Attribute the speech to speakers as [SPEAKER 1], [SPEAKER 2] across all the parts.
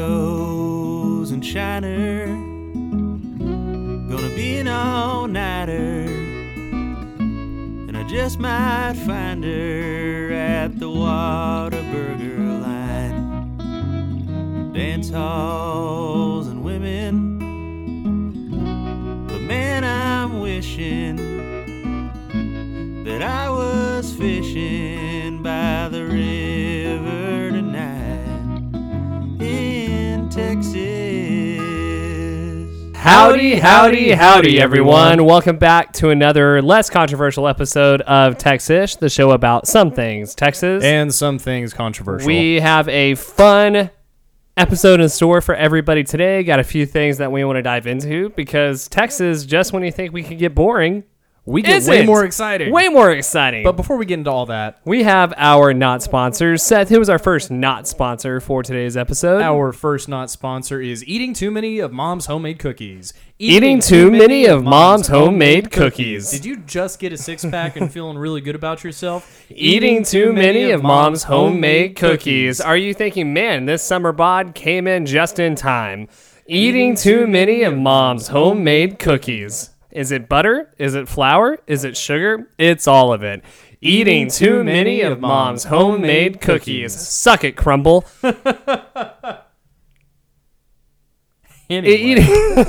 [SPEAKER 1] Tito's and Shiner. Gonna be an all nighter. And I just might find her at the Whataburger line. Dance halls and women. But man, I'm wishing that I was fishing by the river tonight in Texas.
[SPEAKER 2] Howdy, howdy, howdy, everyone. Welcome back to another less controversial episode of Texas, the show about some things. Texas,
[SPEAKER 3] and some things controversial.
[SPEAKER 2] we have a fun episode in store for everybody today. Got a few things that we want to dive into because Texas, just when you think we can get boring,
[SPEAKER 3] we
[SPEAKER 2] is
[SPEAKER 3] get way more excited.
[SPEAKER 2] Way more exciting.
[SPEAKER 3] but before we get into all that,
[SPEAKER 2] we have our not sponsors. Seth, who was our first not sponsor for today's episode?
[SPEAKER 3] our first not sponsor is eating too many of mom's homemade cookies.
[SPEAKER 2] Eating too many of mom's homemade cookies.
[SPEAKER 3] Did you just get a six pack and feeling really good about yourself?
[SPEAKER 2] Eating too many of mom's homemade cookies. Are you thinking, man, this summer bod came in just in time? Eating too many of mom's homemade cookies. Is it butter? Is it flour? Is it sugar? It's all of it. Eating too many of mom's homemade cookies. Suck it, crumble.
[SPEAKER 3] Anyway,
[SPEAKER 2] Eating-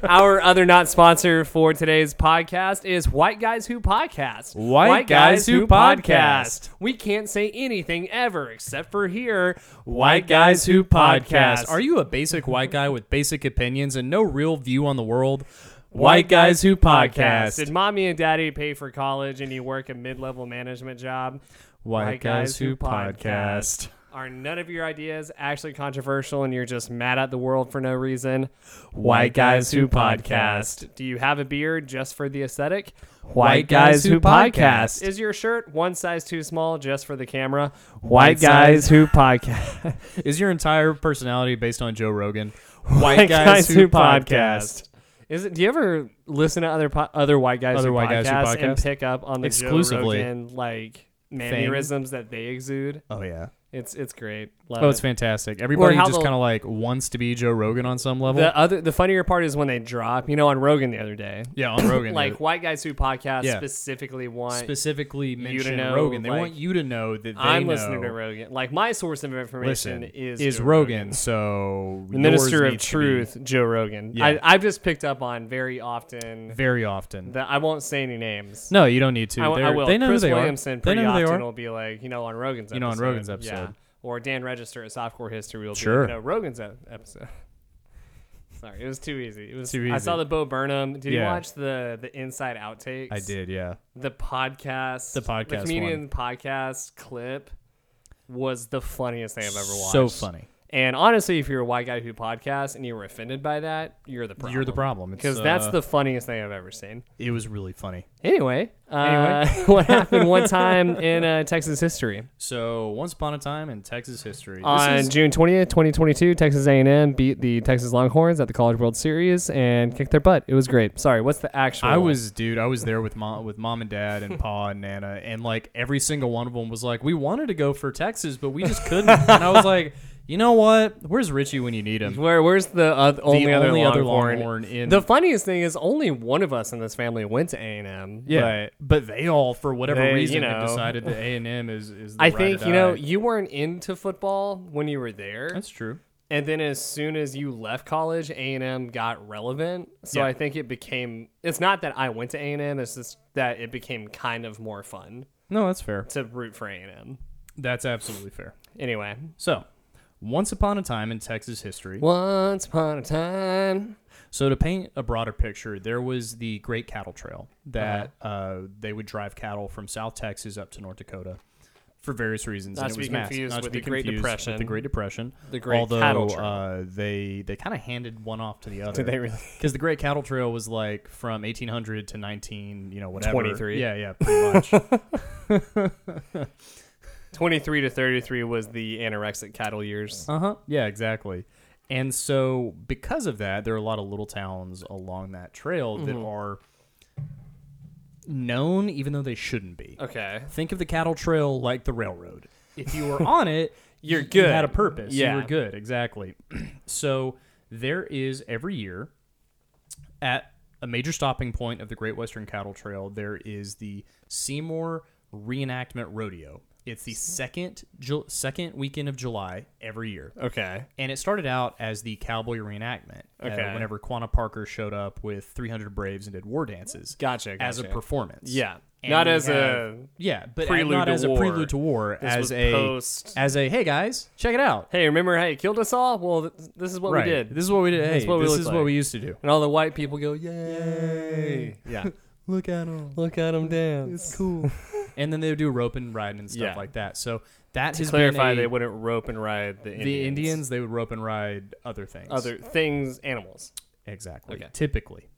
[SPEAKER 2] Our other not sponsor for today's podcast is White Guys Who Podcast.
[SPEAKER 3] White Guys Who Podcast.
[SPEAKER 2] We can't say anything ever except for here.
[SPEAKER 3] White Guys Who Podcast. Are
[SPEAKER 2] Are you?
[SPEAKER 3] you a basic white guy with basic opinions and no real view on the world? White Guys Who Podcast.
[SPEAKER 2] Did mommy and daddy pay for college and you work a mid level management job?
[SPEAKER 3] White Guys Who Podcast.
[SPEAKER 2] Are none of your ideas actually controversial and you're just mad at the world for no reason?
[SPEAKER 3] White Guys Who Podcast.
[SPEAKER 2] Do you have a beard just for the aesthetic?
[SPEAKER 3] White Guys Who Podcast.
[SPEAKER 2] Is your shirt one size too small just for the camera?
[SPEAKER 3] White Guys
[SPEAKER 2] Who Podcast.
[SPEAKER 3] Is your entire personality based on Joe Rogan?
[SPEAKER 2] White Guys Who Podcast. Is it? Do you ever listen to other po- other white guys
[SPEAKER 3] Other
[SPEAKER 2] who
[SPEAKER 3] White Guys Who
[SPEAKER 2] podcasts and
[SPEAKER 3] Podcast?
[SPEAKER 2] pick up on the
[SPEAKER 3] Exclusively.
[SPEAKER 2] Joe Rogan, like mannerisms that they exude?
[SPEAKER 3] Oh yeah.
[SPEAKER 2] It's it's great. Love
[SPEAKER 3] Oh,
[SPEAKER 2] it.
[SPEAKER 3] it's fantastic. Everybody
[SPEAKER 2] how
[SPEAKER 3] just
[SPEAKER 2] the-
[SPEAKER 3] kind of like wants to be Joe Rogan on some level.
[SPEAKER 2] The other the funnier part is when they drop. You know, on Rogan the other day,
[SPEAKER 3] yeah, on Rogan.
[SPEAKER 2] like
[SPEAKER 3] like
[SPEAKER 2] white guys who podcast
[SPEAKER 3] Yeah.
[SPEAKER 2] specifically want.
[SPEAKER 3] specifically mention
[SPEAKER 2] know,
[SPEAKER 3] Rogan. They
[SPEAKER 2] like,
[SPEAKER 3] want you to know that they
[SPEAKER 2] I'm
[SPEAKER 3] know
[SPEAKER 2] listening to Rogan. Like my source of information
[SPEAKER 3] listen,
[SPEAKER 2] is
[SPEAKER 3] is
[SPEAKER 2] Joe
[SPEAKER 3] Rogan. So
[SPEAKER 2] the minister
[SPEAKER 3] yours
[SPEAKER 2] of
[SPEAKER 3] needs to be
[SPEAKER 2] truth, Joe Rogan.
[SPEAKER 3] Yeah.
[SPEAKER 2] I, I've just picked up on very often
[SPEAKER 3] very often.
[SPEAKER 2] that I won't say any names.
[SPEAKER 3] no, you don't need to.
[SPEAKER 2] I, I
[SPEAKER 3] They're-
[SPEAKER 2] will.
[SPEAKER 3] They know
[SPEAKER 2] Chris
[SPEAKER 3] who they
[SPEAKER 2] Williamson
[SPEAKER 3] are. They
[SPEAKER 2] pretty
[SPEAKER 3] know who they
[SPEAKER 2] often
[SPEAKER 3] are.
[SPEAKER 2] will be like, you know, on Rogan's episode.
[SPEAKER 3] You know, on Rogan's
[SPEAKER 2] Yeah.
[SPEAKER 3] episode.
[SPEAKER 2] Or Dan Register at Softcore History will
[SPEAKER 3] Sure.
[SPEAKER 2] be like, you know, Rogan's e- episode. Sorry, it was too easy. It was
[SPEAKER 3] Too
[SPEAKER 2] I
[SPEAKER 3] easy.
[SPEAKER 2] saw the Bo Burnham. Did you
[SPEAKER 3] Yeah.
[SPEAKER 2] watch the the Inside Outtakes?
[SPEAKER 3] I did. Yeah.
[SPEAKER 2] The podcast.
[SPEAKER 3] The podcast
[SPEAKER 2] The
[SPEAKER 3] one.
[SPEAKER 2] comedian podcast clip was the funniest thing I've ever watched.
[SPEAKER 3] So funny.
[SPEAKER 2] And honestly, if you're a white guy who podcasts and you were offended by that, you're the problem.
[SPEAKER 3] You're the problem. It's,
[SPEAKER 2] Because that's
[SPEAKER 3] uh,
[SPEAKER 2] the funniest thing I've ever seen.
[SPEAKER 3] It was really funny.
[SPEAKER 2] Anyway, uh, what happened one time in uh, Texas history
[SPEAKER 3] So once upon a time in Texas history, this
[SPEAKER 2] on
[SPEAKER 3] is-
[SPEAKER 2] June twentieth, twenty twenty two, Texas A and M beat the Texas Longhorns at the College World Series and kicked their butt. It was great. Sorry, what's the actual?
[SPEAKER 3] I was, dude. I was there with mom, with mom and dad, and pa and nana, and like every single one of them was like, "We wanted to go for Texas, but we just couldn't." and I was like, "You know what? Where's Richie when you need him?"
[SPEAKER 2] where? Where's the oth- only, other,
[SPEAKER 3] only other
[SPEAKER 2] Longhorn?
[SPEAKER 3] Longhorn in-
[SPEAKER 2] the funniest thing is only one of us in this family went to A and M.
[SPEAKER 3] Yeah, but, they all, for whatever
[SPEAKER 2] They, you
[SPEAKER 3] reason,
[SPEAKER 2] know.
[SPEAKER 3] have decided that A and M is is. The
[SPEAKER 2] I
[SPEAKER 3] ride or
[SPEAKER 2] think you know
[SPEAKER 3] die.
[SPEAKER 2] you weren't into football when you were there.
[SPEAKER 3] that's true.
[SPEAKER 2] and then as soon as you left college a&m got relevant so
[SPEAKER 3] Yeah.
[SPEAKER 2] i think it became it's not that i went to a&m it's just that it became kind of more fun
[SPEAKER 3] No, that's fair.
[SPEAKER 2] to root for a&m
[SPEAKER 3] That's absolutely fair.
[SPEAKER 2] anyway
[SPEAKER 3] So, once upon a time in Texas history,
[SPEAKER 2] once upon a time
[SPEAKER 3] So to paint a broader picture, there was the Great Cattle Trail that
[SPEAKER 2] Uh-huh.
[SPEAKER 3] uh they would drive cattle from South Texas up to North Dakota for various reasons.
[SPEAKER 2] Not
[SPEAKER 3] and
[SPEAKER 2] to
[SPEAKER 3] it was
[SPEAKER 2] be
[SPEAKER 3] mass-
[SPEAKER 2] confused
[SPEAKER 3] not to
[SPEAKER 2] with
[SPEAKER 3] be
[SPEAKER 2] the Great
[SPEAKER 3] confused with
[SPEAKER 2] Depression.
[SPEAKER 3] The Great Depression.
[SPEAKER 2] The Great
[SPEAKER 3] Although,
[SPEAKER 2] Cattle Trail.
[SPEAKER 3] Uh, they they kind of handed one off to the other.
[SPEAKER 2] Did they really?
[SPEAKER 3] Because the Great Cattle Trail was like from 1800 to 19, you know, whatever.
[SPEAKER 2] 23.
[SPEAKER 3] Yeah, yeah, pretty much.
[SPEAKER 2] 23 to 33 was the anorexic cattle years
[SPEAKER 3] Uh huh. Yeah, exactly. And so, because of that, there are a lot of little towns along that trail that are known, even though they shouldn't be.
[SPEAKER 2] okay
[SPEAKER 3] Think of the cattle trail like the railroad. If you were on it,
[SPEAKER 2] You're good.
[SPEAKER 3] You had a purpose.
[SPEAKER 2] Yeah.
[SPEAKER 3] You were good. Exactly. so there is every year at a major stopping point of the Great Western Cattle Trail, there is the Seymour Reenactment Rodeo. It's the second Ju- second weekend of July every year.
[SPEAKER 2] Okay.
[SPEAKER 3] And it started out as the cowboy reenactment. uh,
[SPEAKER 2] Okay.
[SPEAKER 3] whenever Quanah Parker showed up with 300 Braves and did war dances.
[SPEAKER 2] Gotcha,
[SPEAKER 3] As a
[SPEAKER 2] gotcha.
[SPEAKER 3] performance.
[SPEAKER 2] Yeah.
[SPEAKER 3] And
[SPEAKER 2] Not
[SPEAKER 3] we
[SPEAKER 2] as a-
[SPEAKER 3] yeah, but uh,
[SPEAKER 2] prelude
[SPEAKER 3] not
[SPEAKER 2] to
[SPEAKER 3] as
[SPEAKER 2] war.
[SPEAKER 3] a prelude to war.
[SPEAKER 2] This
[SPEAKER 3] as
[SPEAKER 2] was
[SPEAKER 3] a
[SPEAKER 2] post-
[SPEAKER 3] as a hey guys, check it out.
[SPEAKER 2] Hey, remember how you killed us all? Well, th- this is what
[SPEAKER 3] right.
[SPEAKER 2] we did.
[SPEAKER 3] This is what we did. Hey,
[SPEAKER 2] That's what we
[SPEAKER 3] this
[SPEAKER 2] look
[SPEAKER 3] is
[SPEAKER 2] like.
[SPEAKER 3] what we used to do.
[SPEAKER 2] and all the white people go, yay.
[SPEAKER 3] Yeah. Look at them.
[SPEAKER 2] Look at them dance.
[SPEAKER 3] cool. and then they would do rope and riding and stuff
[SPEAKER 2] Yeah.
[SPEAKER 3] like that. So that
[SPEAKER 2] To
[SPEAKER 3] has
[SPEAKER 2] clarify,
[SPEAKER 3] been a-
[SPEAKER 2] they wouldn't rope and ride the Indians.
[SPEAKER 3] the Indians they would rope and ride other things.
[SPEAKER 2] Other things, animals.
[SPEAKER 3] exactly.
[SPEAKER 2] Okay.
[SPEAKER 3] Typically.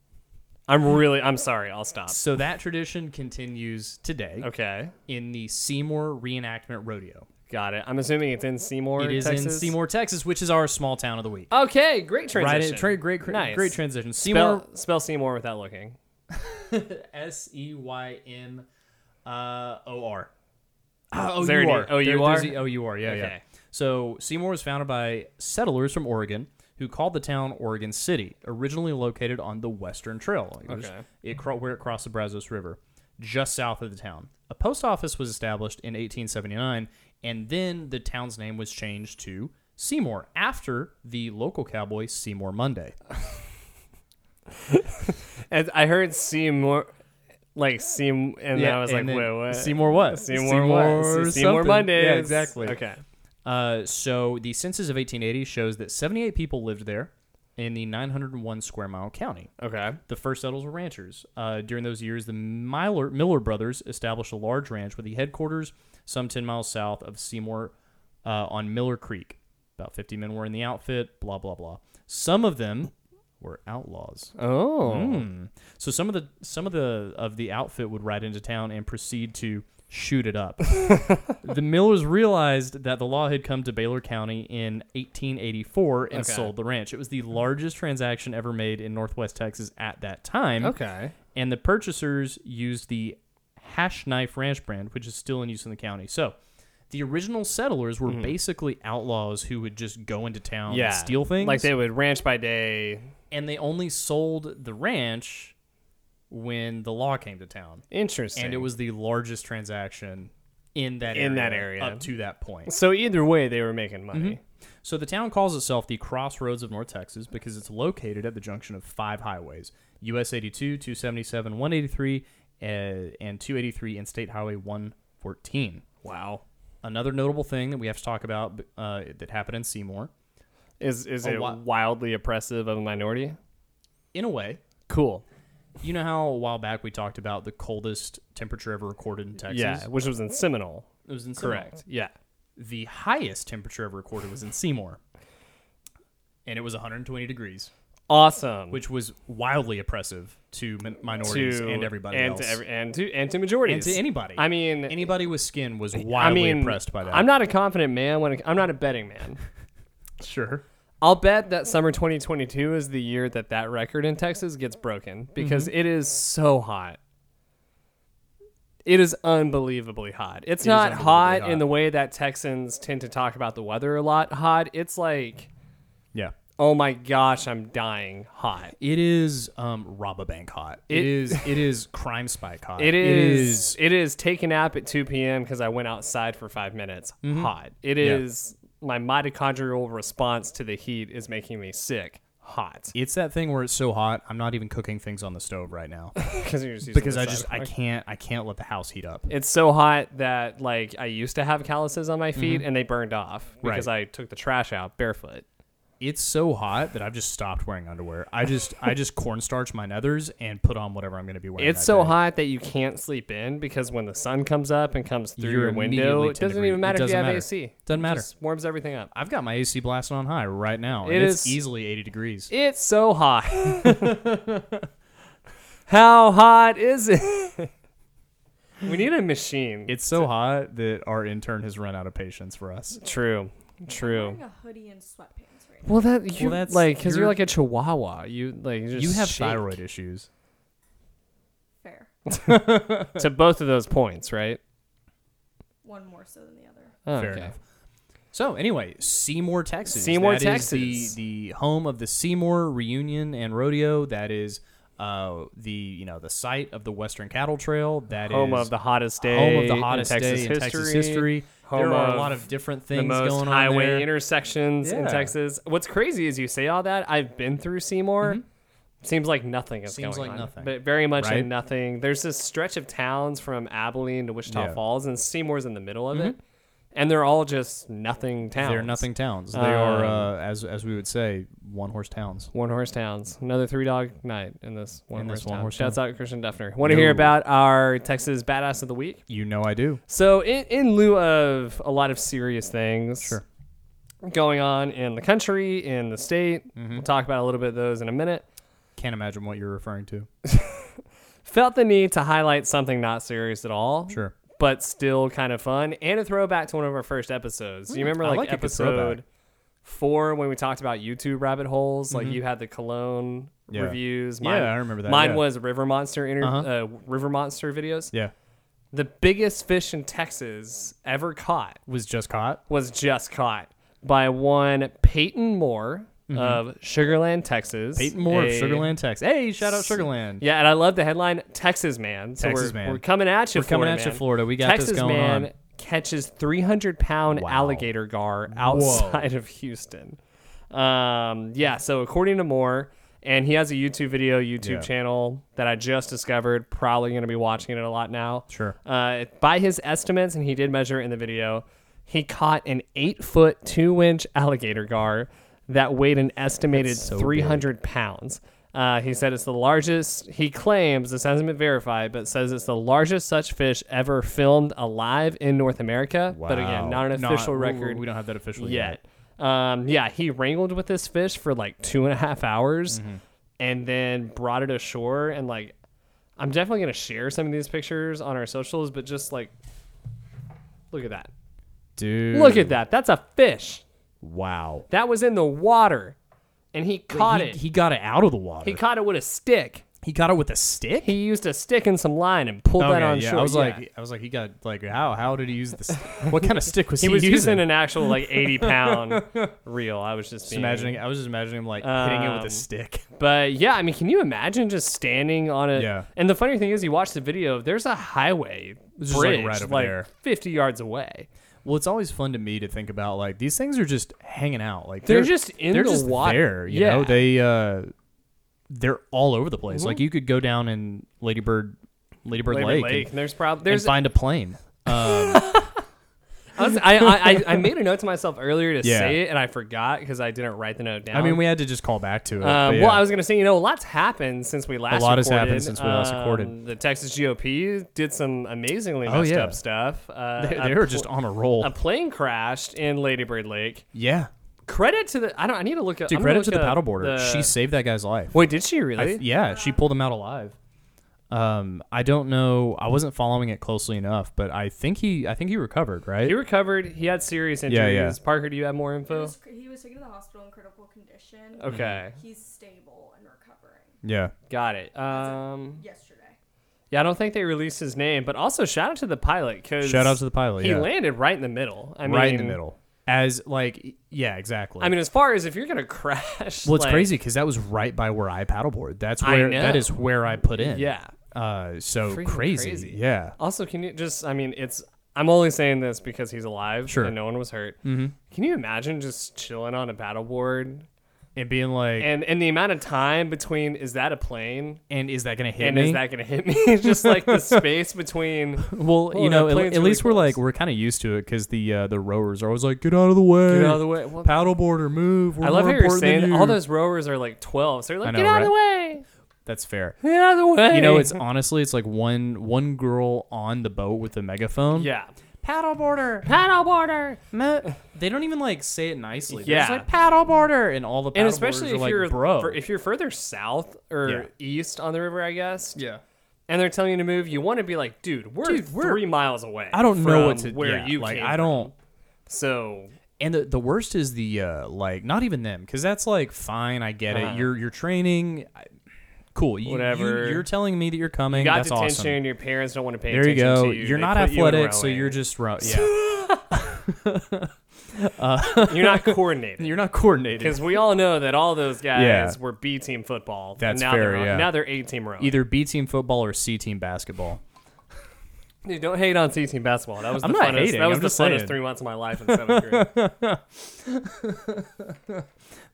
[SPEAKER 2] I'm really, I'm sorry. I'll stop.
[SPEAKER 3] So that tradition continues today
[SPEAKER 2] Okay.
[SPEAKER 3] in the Seymour Reenactment Rodeo.
[SPEAKER 2] Got it. I'm assuming it's in Seymour,
[SPEAKER 3] It is
[SPEAKER 2] Texas.
[SPEAKER 3] in Seymour, Texas, which is our small town of the week.
[SPEAKER 2] Okay, great transition.
[SPEAKER 3] Right, in- tra- great, great,
[SPEAKER 2] Nice.
[SPEAKER 3] great transition.
[SPEAKER 2] Spell,
[SPEAKER 3] Seymour,
[SPEAKER 2] spell Seymour without looking.
[SPEAKER 3] S E Y M uh, O R.
[SPEAKER 2] Is there any O-U-R?
[SPEAKER 3] Oh, you are. Yeah, yeah.
[SPEAKER 2] Okay.
[SPEAKER 3] So Seymour was founded by settlers from Oregon who called the town Oregon City, originally located on the Western Trail, it was-
[SPEAKER 2] Okay.
[SPEAKER 3] it cro- where it crossed the Brazos River, just south of the town. A post office was established in 1879, and then the town's name was changed to Seymour after the local cowboy Seymour Monday.
[SPEAKER 2] And I heard Seymour, like Seam, and
[SPEAKER 3] Yeah,
[SPEAKER 2] I was like,
[SPEAKER 3] and then
[SPEAKER 2] wait, what?
[SPEAKER 3] Seymour what?
[SPEAKER 2] Seymour, what? Se- Seymour
[SPEAKER 3] something.
[SPEAKER 2] Mondays.
[SPEAKER 3] Yeah, exactly.
[SPEAKER 2] Okay.
[SPEAKER 3] Uh, so the census of 1880 shows that 78 people lived there in the 901 square mile county.
[SPEAKER 2] Okay.
[SPEAKER 3] The first settlers were ranchers. Uh, during those years, the Miller, Miller brothers established a large ranch with the headquarters some 10 miles south of Seymour uh, on Miller Creek. About 50 men were in the outfit, blah, blah, blah. Some of them were outlaws.
[SPEAKER 2] Oh.
[SPEAKER 3] Hmm. So some of the some of the of the outfit would ride into town and proceed to shoot it up. the Millers realized that the law had come to Baylor County in 1884 and
[SPEAKER 2] Okay.
[SPEAKER 3] sold the ranch. It was the largest transaction ever made in Northwest Texas at that time.
[SPEAKER 2] Okay.
[SPEAKER 3] And the purchasers used the Hash Knife Ranch brand, which is still in use in the county. So the original settlers were basically outlaws who would just go into town
[SPEAKER 2] Hmm. Yeah.
[SPEAKER 3] and steal things
[SPEAKER 2] Like they would ranch by day.
[SPEAKER 3] and they only sold the ranch when the law came to town
[SPEAKER 2] Interesting.
[SPEAKER 3] and it was the largest transaction in that
[SPEAKER 2] In
[SPEAKER 3] area,
[SPEAKER 2] that area.
[SPEAKER 3] up to that point
[SPEAKER 2] so either way, they were making money.
[SPEAKER 3] so the town calls itself the crossroads of north texas because it's located at the junction of five highways us 82 277 183 uh, and 283 and state highway 114
[SPEAKER 2] Wow.
[SPEAKER 3] another notable thing that we have to talk about uh, that happened in seymour
[SPEAKER 2] Is is
[SPEAKER 3] A
[SPEAKER 2] it
[SPEAKER 3] lot.
[SPEAKER 2] wildly oppressive of a minority?
[SPEAKER 3] in a way
[SPEAKER 2] Cool.
[SPEAKER 3] you know how a while back we talked about the coldest temperature ever recorded in texas
[SPEAKER 2] Yeah, which was in Seminole.
[SPEAKER 3] It was in Seymour.
[SPEAKER 2] Correct. Yeah.
[SPEAKER 3] The highest temperature ever recorded was in Seymour. And it was 120 degrees,
[SPEAKER 2] Awesome.
[SPEAKER 3] which was wildly oppressive to min- minorities and everybody
[SPEAKER 2] and
[SPEAKER 3] else.
[SPEAKER 2] to every, and to and to majorities
[SPEAKER 3] and to anybody.
[SPEAKER 2] I mean,
[SPEAKER 3] anybody with skin was wildly
[SPEAKER 2] I mean,
[SPEAKER 3] oppressed by that.
[SPEAKER 2] I'm not a confident man. When it, I'm not a betting man.
[SPEAKER 3] sure.
[SPEAKER 2] I'll bet that summer 2022 is the year that that record in Texas gets broken because
[SPEAKER 3] Mm-hmm.
[SPEAKER 2] it is so hot. It is unbelievably hot. It's
[SPEAKER 3] It is
[SPEAKER 2] not hot,
[SPEAKER 3] unbelievably
[SPEAKER 2] in
[SPEAKER 3] hot.
[SPEAKER 2] the way that Texans tend to talk about the weather a lot. Hot. It's like,
[SPEAKER 3] Yeah.
[SPEAKER 2] oh my gosh, I'm dying. Hot.
[SPEAKER 3] It is um, Robobank hot.
[SPEAKER 2] It-
[SPEAKER 3] it is. It is Crime Spike hot.
[SPEAKER 2] It is. It is take a nap at 2 p.m. because I went outside for five minutes. Hot. It
[SPEAKER 3] Mm-hmm. Yeah.
[SPEAKER 2] is my mitochondrial response to the heat is making me sick. Hot.
[SPEAKER 3] It's that thing where it's so hot. I'm not even cooking things on the stove right now
[SPEAKER 2] Because you're just using
[SPEAKER 3] because
[SPEAKER 2] the
[SPEAKER 3] I
[SPEAKER 2] side
[SPEAKER 3] just
[SPEAKER 2] of
[SPEAKER 3] I
[SPEAKER 2] my-
[SPEAKER 3] can't I can't let the house heat up.
[SPEAKER 2] It's so hot that like I used to have calluses on my feet and they burned off
[SPEAKER 3] Mm-hmm. Right.
[SPEAKER 2] because I took the trash out barefoot.
[SPEAKER 3] it's so hot that I've just stopped wearing underwear. I just I just cornstarch my nethers and put on whatever I'm going to be wearing.
[SPEAKER 2] It's
[SPEAKER 3] that
[SPEAKER 2] so
[SPEAKER 3] day.
[SPEAKER 2] hot that you can't sleep in because when the sun comes up and comes through
[SPEAKER 3] You're
[SPEAKER 2] your window,
[SPEAKER 3] immediately
[SPEAKER 2] it
[SPEAKER 3] 10
[SPEAKER 2] doesn't even
[SPEAKER 3] degree-
[SPEAKER 2] matter if
[SPEAKER 3] it
[SPEAKER 2] you
[SPEAKER 3] doesn't
[SPEAKER 2] have
[SPEAKER 3] matter.
[SPEAKER 2] AC.
[SPEAKER 3] Doesn't matter.
[SPEAKER 2] Just warms everything up.
[SPEAKER 3] I've got my AC blasting on high right now.
[SPEAKER 2] It
[SPEAKER 3] and it's
[SPEAKER 2] is-
[SPEAKER 3] easily 80 degrees.
[SPEAKER 2] It's so hot. How hot is it? we need a machine.
[SPEAKER 3] it's so hot that our intern has run out of patience for us.
[SPEAKER 2] true. True.
[SPEAKER 4] wearing a hoodie and sweatpants right now.
[SPEAKER 2] Well, that you
[SPEAKER 3] Well, that's-
[SPEAKER 2] like because you're,
[SPEAKER 3] you're-
[SPEAKER 2] like a chihuahua. You like you just
[SPEAKER 3] You have
[SPEAKER 2] shake.
[SPEAKER 3] thyroid issues.
[SPEAKER 4] Fair.
[SPEAKER 2] to both of those points, right?
[SPEAKER 4] One more so than the other.
[SPEAKER 2] Oh,
[SPEAKER 3] Fair
[SPEAKER 2] okay.
[SPEAKER 3] enough. So anyway, Seymour, Texas.
[SPEAKER 2] Seymour,
[SPEAKER 3] That is
[SPEAKER 2] Texas.
[SPEAKER 3] the, the home of the Seymour Reunion and Rodeo. That is uh, the you know the site of the Western Cattle Trail. That is
[SPEAKER 2] Home of the hottest day.
[SPEAKER 3] home of
[SPEAKER 2] in
[SPEAKER 3] the hottest
[SPEAKER 2] Texas
[SPEAKER 3] day in
[SPEAKER 2] history.
[SPEAKER 3] Texas history.
[SPEAKER 2] Home
[SPEAKER 3] there are
[SPEAKER 2] of
[SPEAKER 3] a lot of different
[SPEAKER 2] The
[SPEAKER 3] things
[SPEAKER 2] most
[SPEAKER 3] going
[SPEAKER 2] highway
[SPEAKER 3] on there.
[SPEAKER 2] intersections in
[SPEAKER 3] Yeah.
[SPEAKER 2] Texas. What's crazy is you say all that. I've been through Seymour. Seems like nothing is
[SPEAKER 3] Mm-hmm. Seems
[SPEAKER 2] going
[SPEAKER 3] like
[SPEAKER 2] on,
[SPEAKER 3] nothing.
[SPEAKER 2] but very much a
[SPEAKER 3] Right?
[SPEAKER 2] nothing. There's this stretch of towns from Abilene to Wichita
[SPEAKER 3] Yeah.
[SPEAKER 2] Falls, and Seymour's in the middle of it, and they're all just nothing towns.
[SPEAKER 3] Mm-hmm. They're nothing towns. They are,
[SPEAKER 2] Um,
[SPEAKER 3] uh, as as we would say, one horse towns.
[SPEAKER 2] One horse towns. Another three dog night in this one
[SPEAKER 3] In
[SPEAKER 2] horse
[SPEAKER 3] this one
[SPEAKER 2] town.
[SPEAKER 3] horse
[SPEAKER 2] Shouts
[SPEAKER 3] town.
[SPEAKER 2] out Christian Duffner. Want to hear
[SPEAKER 3] No.
[SPEAKER 2] about our Texas badass of the week?
[SPEAKER 3] You know I do.
[SPEAKER 2] So, in, in lieu of a lot of serious things
[SPEAKER 3] Sure.
[SPEAKER 2] going on in the country, in the state,
[SPEAKER 3] Mm-hmm.
[SPEAKER 2] we'll talk about a little bit of those in a minute.
[SPEAKER 3] Can't imagine what you're referring to.
[SPEAKER 2] Felt the need to highlight something not serious at all,
[SPEAKER 3] Sure.
[SPEAKER 2] but still kind of fun, and a throwback to one of our first episodes. Do you remember
[SPEAKER 3] Mm, I
[SPEAKER 2] like,
[SPEAKER 3] like a good
[SPEAKER 2] episode
[SPEAKER 3] throwback.
[SPEAKER 2] four when we talked about YouTube rabbit holes? Like you had the cologne
[SPEAKER 3] Mm-hmm. Yeah.
[SPEAKER 2] reviews.
[SPEAKER 3] Yeah, I remember that,
[SPEAKER 2] Mine
[SPEAKER 3] yeah.
[SPEAKER 2] was River Monster inter- uh
[SPEAKER 3] Uh-huh.
[SPEAKER 2] River Monster videos.
[SPEAKER 3] Yeah.
[SPEAKER 2] The biggest fish in Texas ever caught
[SPEAKER 3] Was just caught.
[SPEAKER 2] was just caught by one Peyton Moore of Sugarland, Texas.
[SPEAKER 3] Mm-hmm. Peyton Moore of
[SPEAKER 2] A-
[SPEAKER 3] Sugarland, Texas. Hey, shout out Sugarland.
[SPEAKER 2] Yeah, and I love the headline Texas man. So
[SPEAKER 3] Texas
[SPEAKER 2] we're,
[SPEAKER 3] man.
[SPEAKER 2] we're coming at you.
[SPEAKER 3] We're coming
[SPEAKER 2] Florida
[SPEAKER 3] at you,
[SPEAKER 2] man.
[SPEAKER 3] Florida. We got this
[SPEAKER 2] Texas
[SPEAKER 3] going
[SPEAKER 2] man
[SPEAKER 3] on.
[SPEAKER 2] catches 300 pound
[SPEAKER 3] Wow.
[SPEAKER 2] alligator gar outside of Houston. Um, yeah, so according to Moore, and he has a YouTube video, YouTube
[SPEAKER 3] Yeah.
[SPEAKER 2] channel that I just discovered. Probably going to be watching it a lot now.
[SPEAKER 3] Sure.
[SPEAKER 2] Uh, by his estimates, and he did measure it in the video, he caught an eight foot two inch alligator gar that weighed an estimated
[SPEAKER 3] so
[SPEAKER 2] 300 pounds. Uh, he said it's the largest. He claims this hasn't been verified, but says it's the largest such fish ever filmed alive in North America. But again, not an official
[SPEAKER 3] we-
[SPEAKER 2] record
[SPEAKER 3] We don't have that officially
[SPEAKER 2] yet.
[SPEAKER 3] yet.
[SPEAKER 2] Um, yeah, he wrangled with this fish for like two and a half hours
[SPEAKER 3] Mm-hmm.
[SPEAKER 2] and then brought it ashore. And like, I'm definitely going to share some of these pictures on our socials, but just like, look at that.
[SPEAKER 3] Dude.
[SPEAKER 2] Look at that. That's a fish.
[SPEAKER 3] Wow.
[SPEAKER 2] That was in the water and he caught
[SPEAKER 3] he,
[SPEAKER 2] it.
[SPEAKER 3] He got it out of the water.
[SPEAKER 2] He caught it with a stick.
[SPEAKER 3] He got it with a stick.
[SPEAKER 2] He used a stick and some line and pulled that on shore.
[SPEAKER 3] I was
[SPEAKER 2] Yeah.
[SPEAKER 3] like, I was like, he got like how? How did he use this? what kind of stick was
[SPEAKER 2] he
[SPEAKER 3] he,
[SPEAKER 2] was
[SPEAKER 3] using?
[SPEAKER 2] using an actual like 80 pound reel. I was just
[SPEAKER 3] Just
[SPEAKER 2] being,
[SPEAKER 3] imagining, I was just imagining him like hitting it with
[SPEAKER 2] Um,
[SPEAKER 3] a stick.
[SPEAKER 2] But yeah, I mean, can you imagine just standing on it?
[SPEAKER 3] Yeah.
[SPEAKER 2] And the funny thing is, you watch the video. There's a highway
[SPEAKER 3] It's just, like,
[SPEAKER 2] bridge
[SPEAKER 3] right over
[SPEAKER 2] like
[SPEAKER 3] there.
[SPEAKER 2] 50 yards away.
[SPEAKER 3] Well, it's always fun to me to think about like these things are just hanging out. Like
[SPEAKER 2] They're just in
[SPEAKER 3] they're
[SPEAKER 2] the
[SPEAKER 3] just
[SPEAKER 2] water.
[SPEAKER 3] There, you
[SPEAKER 2] Yeah. Mm-hmm.
[SPEAKER 3] know, they uh, they're all over the place. Like you could go down in Ladybird, Ladybird,
[SPEAKER 2] Labor
[SPEAKER 3] Lake,
[SPEAKER 2] Lake.
[SPEAKER 3] and-
[SPEAKER 2] And there's probably
[SPEAKER 3] and,
[SPEAKER 2] there's.
[SPEAKER 3] find a plane.
[SPEAKER 2] I, was- I, I I- I made a note to myself earlier to
[SPEAKER 3] Yeah.
[SPEAKER 2] say it, and I forgot because I didn't write the note down.
[SPEAKER 3] I mean, we had to just call back to it.
[SPEAKER 2] Um,
[SPEAKER 3] but
[SPEAKER 2] Well,
[SPEAKER 3] yeah.
[SPEAKER 2] I was gonna say, you know, a lot's happened since we last.
[SPEAKER 3] lot has
[SPEAKER 2] recorded.
[SPEAKER 3] happened since we last
[SPEAKER 2] Um,
[SPEAKER 3] recorded.
[SPEAKER 2] The Texas GOP did some amazingly
[SPEAKER 3] Oh,
[SPEAKER 2] messed
[SPEAKER 3] yeah.
[SPEAKER 2] up stuff. Uh,
[SPEAKER 3] they,
[SPEAKER 2] a
[SPEAKER 3] they were
[SPEAKER 2] pl-
[SPEAKER 3] just on a roll.
[SPEAKER 2] a plane crashed in Lady Bird Lake.
[SPEAKER 3] yeah,
[SPEAKER 2] Credit to the I don't I need to look up.
[SPEAKER 3] dude,
[SPEAKER 2] I'm gonna
[SPEAKER 3] credit
[SPEAKER 2] look
[SPEAKER 3] to the
[SPEAKER 2] up
[SPEAKER 3] paddleboarder.
[SPEAKER 2] the-
[SPEAKER 3] She saved that guy's life.
[SPEAKER 2] Wait, did she
[SPEAKER 3] I
[SPEAKER 2] really?
[SPEAKER 3] th- yeah, she pulled him out alive. Um, I don't know. I wasn't following it closely enough, but I think he, I think he recovered, right?
[SPEAKER 2] He recovered. He had serious injuries.
[SPEAKER 3] yeah.
[SPEAKER 2] Parker, do you have more
[SPEAKER 4] He
[SPEAKER 2] info?
[SPEAKER 4] was, he was taken to the hospital in critical condition.
[SPEAKER 2] Okay,
[SPEAKER 4] He's stable and recovering.
[SPEAKER 3] yeah,
[SPEAKER 2] got it. Um,
[SPEAKER 4] Yesterday.
[SPEAKER 2] yeah, I don't think they released his name, but also shout out to the pilot because
[SPEAKER 3] Shout out to the pilot,
[SPEAKER 2] He
[SPEAKER 3] yeah.
[SPEAKER 2] landed right in the middle. I mean,
[SPEAKER 3] right in the middle. As like, y- yeah, exactly.
[SPEAKER 2] I mean, as far as if you're gonna crash,
[SPEAKER 3] well, it's
[SPEAKER 2] like,
[SPEAKER 3] crazy because that was right by where I paddleboard. That's
[SPEAKER 2] I
[SPEAKER 3] where
[SPEAKER 2] know.
[SPEAKER 3] that is where I put in.
[SPEAKER 2] Yeah.
[SPEAKER 3] Uh, so
[SPEAKER 2] Freaking
[SPEAKER 3] crazy.
[SPEAKER 2] crazy.
[SPEAKER 3] Yeah.
[SPEAKER 2] Also, can you just? I mean, it's. I'm only saying this because he's alive
[SPEAKER 3] Sure.
[SPEAKER 2] and no one was hurt. Mm-hmm. Can you imagine just chilling on a paddleboard
[SPEAKER 3] And being like, and,
[SPEAKER 2] and and the amount of time between is that a plane
[SPEAKER 3] is that gonna hit
[SPEAKER 2] and
[SPEAKER 3] me?
[SPEAKER 2] is that gonna hit me? It's just like the space between.
[SPEAKER 3] well,
[SPEAKER 2] Well,
[SPEAKER 3] you know,
[SPEAKER 2] that
[SPEAKER 3] at,
[SPEAKER 2] plane's
[SPEAKER 3] at
[SPEAKER 2] really
[SPEAKER 3] least we're
[SPEAKER 2] close.
[SPEAKER 3] like we're kind of used to it because the uh, the rowers are always like, get out of the way,
[SPEAKER 2] Get out of the way. Well,
[SPEAKER 3] paddleboarder, move. We're
[SPEAKER 2] I love how
[SPEAKER 3] more
[SPEAKER 2] you're
[SPEAKER 3] important than
[SPEAKER 2] saying all
[SPEAKER 3] you."
[SPEAKER 2] those rowers are like 12, so they're like,
[SPEAKER 3] I know,
[SPEAKER 2] get out of the way,
[SPEAKER 3] That's fair.
[SPEAKER 2] get out of the way.
[SPEAKER 3] You know, it's honestly, it's like one one girl on the boat with a megaphone.
[SPEAKER 2] yeah,
[SPEAKER 3] paddleboarder.
[SPEAKER 2] paddleboarder.
[SPEAKER 3] They don't even like say it nicely.
[SPEAKER 2] They're just Yeah. like,
[SPEAKER 3] paddleboarder, and all the
[SPEAKER 2] And especially if you're
[SPEAKER 3] bro.
[SPEAKER 2] fur- if you're further south or
[SPEAKER 3] Yeah.
[SPEAKER 2] east on the river, I guess.
[SPEAKER 3] yeah,
[SPEAKER 2] And they're telling you to move. You want to be like, dude, we're
[SPEAKER 3] Dude, we're-
[SPEAKER 2] three miles away.
[SPEAKER 3] I don't know what
[SPEAKER 2] from
[SPEAKER 3] to
[SPEAKER 2] where
[SPEAKER 3] yeah,
[SPEAKER 2] you
[SPEAKER 3] like.
[SPEAKER 2] came
[SPEAKER 3] I don't.
[SPEAKER 2] from. So
[SPEAKER 3] And the, the worst is the uh, like not even them because that's like fine I get
[SPEAKER 2] Uh-huh.
[SPEAKER 3] it you're you're training I, cool you,
[SPEAKER 2] Whatever.
[SPEAKER 3] you, are telling me that you're coming
[SPEAKER 2] you got
[SPEAKER 3] that's
[SPEAKER 2] detention.
[SPEAKER 3] awesome
[SPEAKER 2] Your parents don't want to pay
[SPEAKER 3] there you
[SPEAKER 2] attention
[SPEAKER 3] go
[SPEAKER 2] to you.
[SPEAKER 3] are
[SPEAKER 2] They
[SPEAKER 3] not
[SPEAKER 2] put you in
[SPEAKER 3] athletic so
[SPEAKER 2] rowing.
[SPEAKER 3] you're just ro- yeah
[SPEAKER 2] You're not coordinated.
[SPEAKER 3] You're not coordinated.
[SPEAKER 2] Because we all know that all those guys
[SPEAKER 3] Yeah.
[SPEAKER 2] were B team football. and
[SPEAKER 3] That's
[SPEAKER 2] now
[SPEAKER 3] fair,
[SPEAKER 2] They're on,
[SPEAKER 3] yeah.
[SPEAKER 2] Now they're A team row.
[SPEAKER 3] Either B team football or C team basketball.
[SPEAKER 2] Dude, don't hate on C team basketball. That was
[SPEAKER 3] I'm
[SPEAKER 2] the
[SPEAKER 3] not
[SPEAKER 2] funnest.
[SPEAKER 3] hating,
[SPEAKER 2] that was
[SPEAKER 3] I'm
[SPEAKER 2] the
[SPEAKER 3] just
[SPEAKER 2] funnest
[SPEAKER 3] saying.
[SPEAKER 2] three months of my life in seventh grade.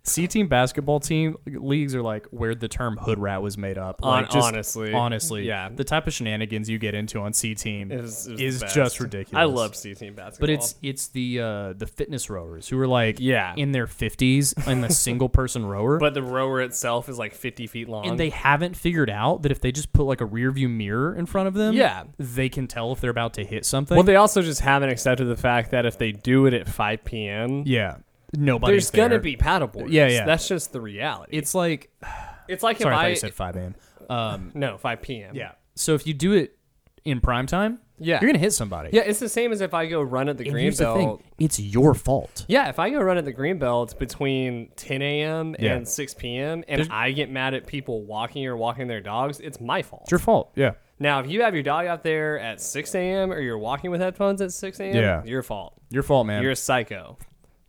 [SPEAKER 3] C team basketball team leagues are like where the term hood rat was made up.
[SPEAKER 2] On-
[SPEAKER 3] Like, just-
[SPEAKER 2] honestly.
[SPEAKER 3] honestly,
[SPEAKER 2] Yeah.
[SPEAKER 3] the type of shenanigans you get into on C team
[SPEAKER 2] It was-
[SPEAKER 3] is,
[SPEAKER 2] it was the best.
[SPEAKER 3] just ridiculous.
[SPEAKER 2] I love C team basketball.
[SPEAKER 3] But it's it's the uh, the fitness rowers who are like
[SPEAKER 2] Yeah.
[SPEAKER 3] in their fifties and the single person rower,
[SPEAKER 2] but the rower itself is like 50 feet long.
[SPEAKER 3] and they haven't figured out that if they just put like a rear view mirror in front of them,
[SPEAKER 2] Yeah.
[SPEAKER 3] they can tell if they're about to hit something.
[SPEAKER 2] well, they also just haven't accepted the fact that if they do it at 5 p.m.,
[SPEAKER 3] yeah, nobody.
[SPEAKER 2] there's gonna be paddleboards.
[SPEAKER 3] Yeah, yeah.
[SPEAKER 2] That's just the reality.
[SPEAKER 3] It's like
[SPEAKER 2] it's like
[SPEAKER 3] sorry, I thought you
[SPEAKER 2] if I,
[SPEAKER 3] said five a.m.
[SPEAKER 2] no 5 p.m.
[SPEAKER 3] So if you do it in prime time,
[SPEAKER 2] Yeah.
[SPEAKER 3] you're gonna hit somebody.
[SPEAKER 2] yeah. It's the same as if I go run at the
[SPEAKER 3] And
[SPEAKER 2] green
[SPEAKER 3] here's the
[SPEAKER 2] belt.
[SPEAKER 3] thing: it's your fault.
[SPEAKER 2] Yeah, if I go run at the Greenbelt, it's between 10 a.m.
[SPEAKER 3] Yeah.
[SPEAKER 2] and 6 p.m. and I get mad at people walking or walking their dogs, it's my fault.
[SPEAKER 3] It's your fault. Yeah.
[SPEAKER 2] Now, if you have your dog out there at 6 a.m. or you're walking with headphones at 6 a.m.,
[SPEAKER 3] Yeah.
[SPEAKER 2] your fault.
[SPEAKER 3] Your fault, man.
[SPEAKER 2] You're a psycho.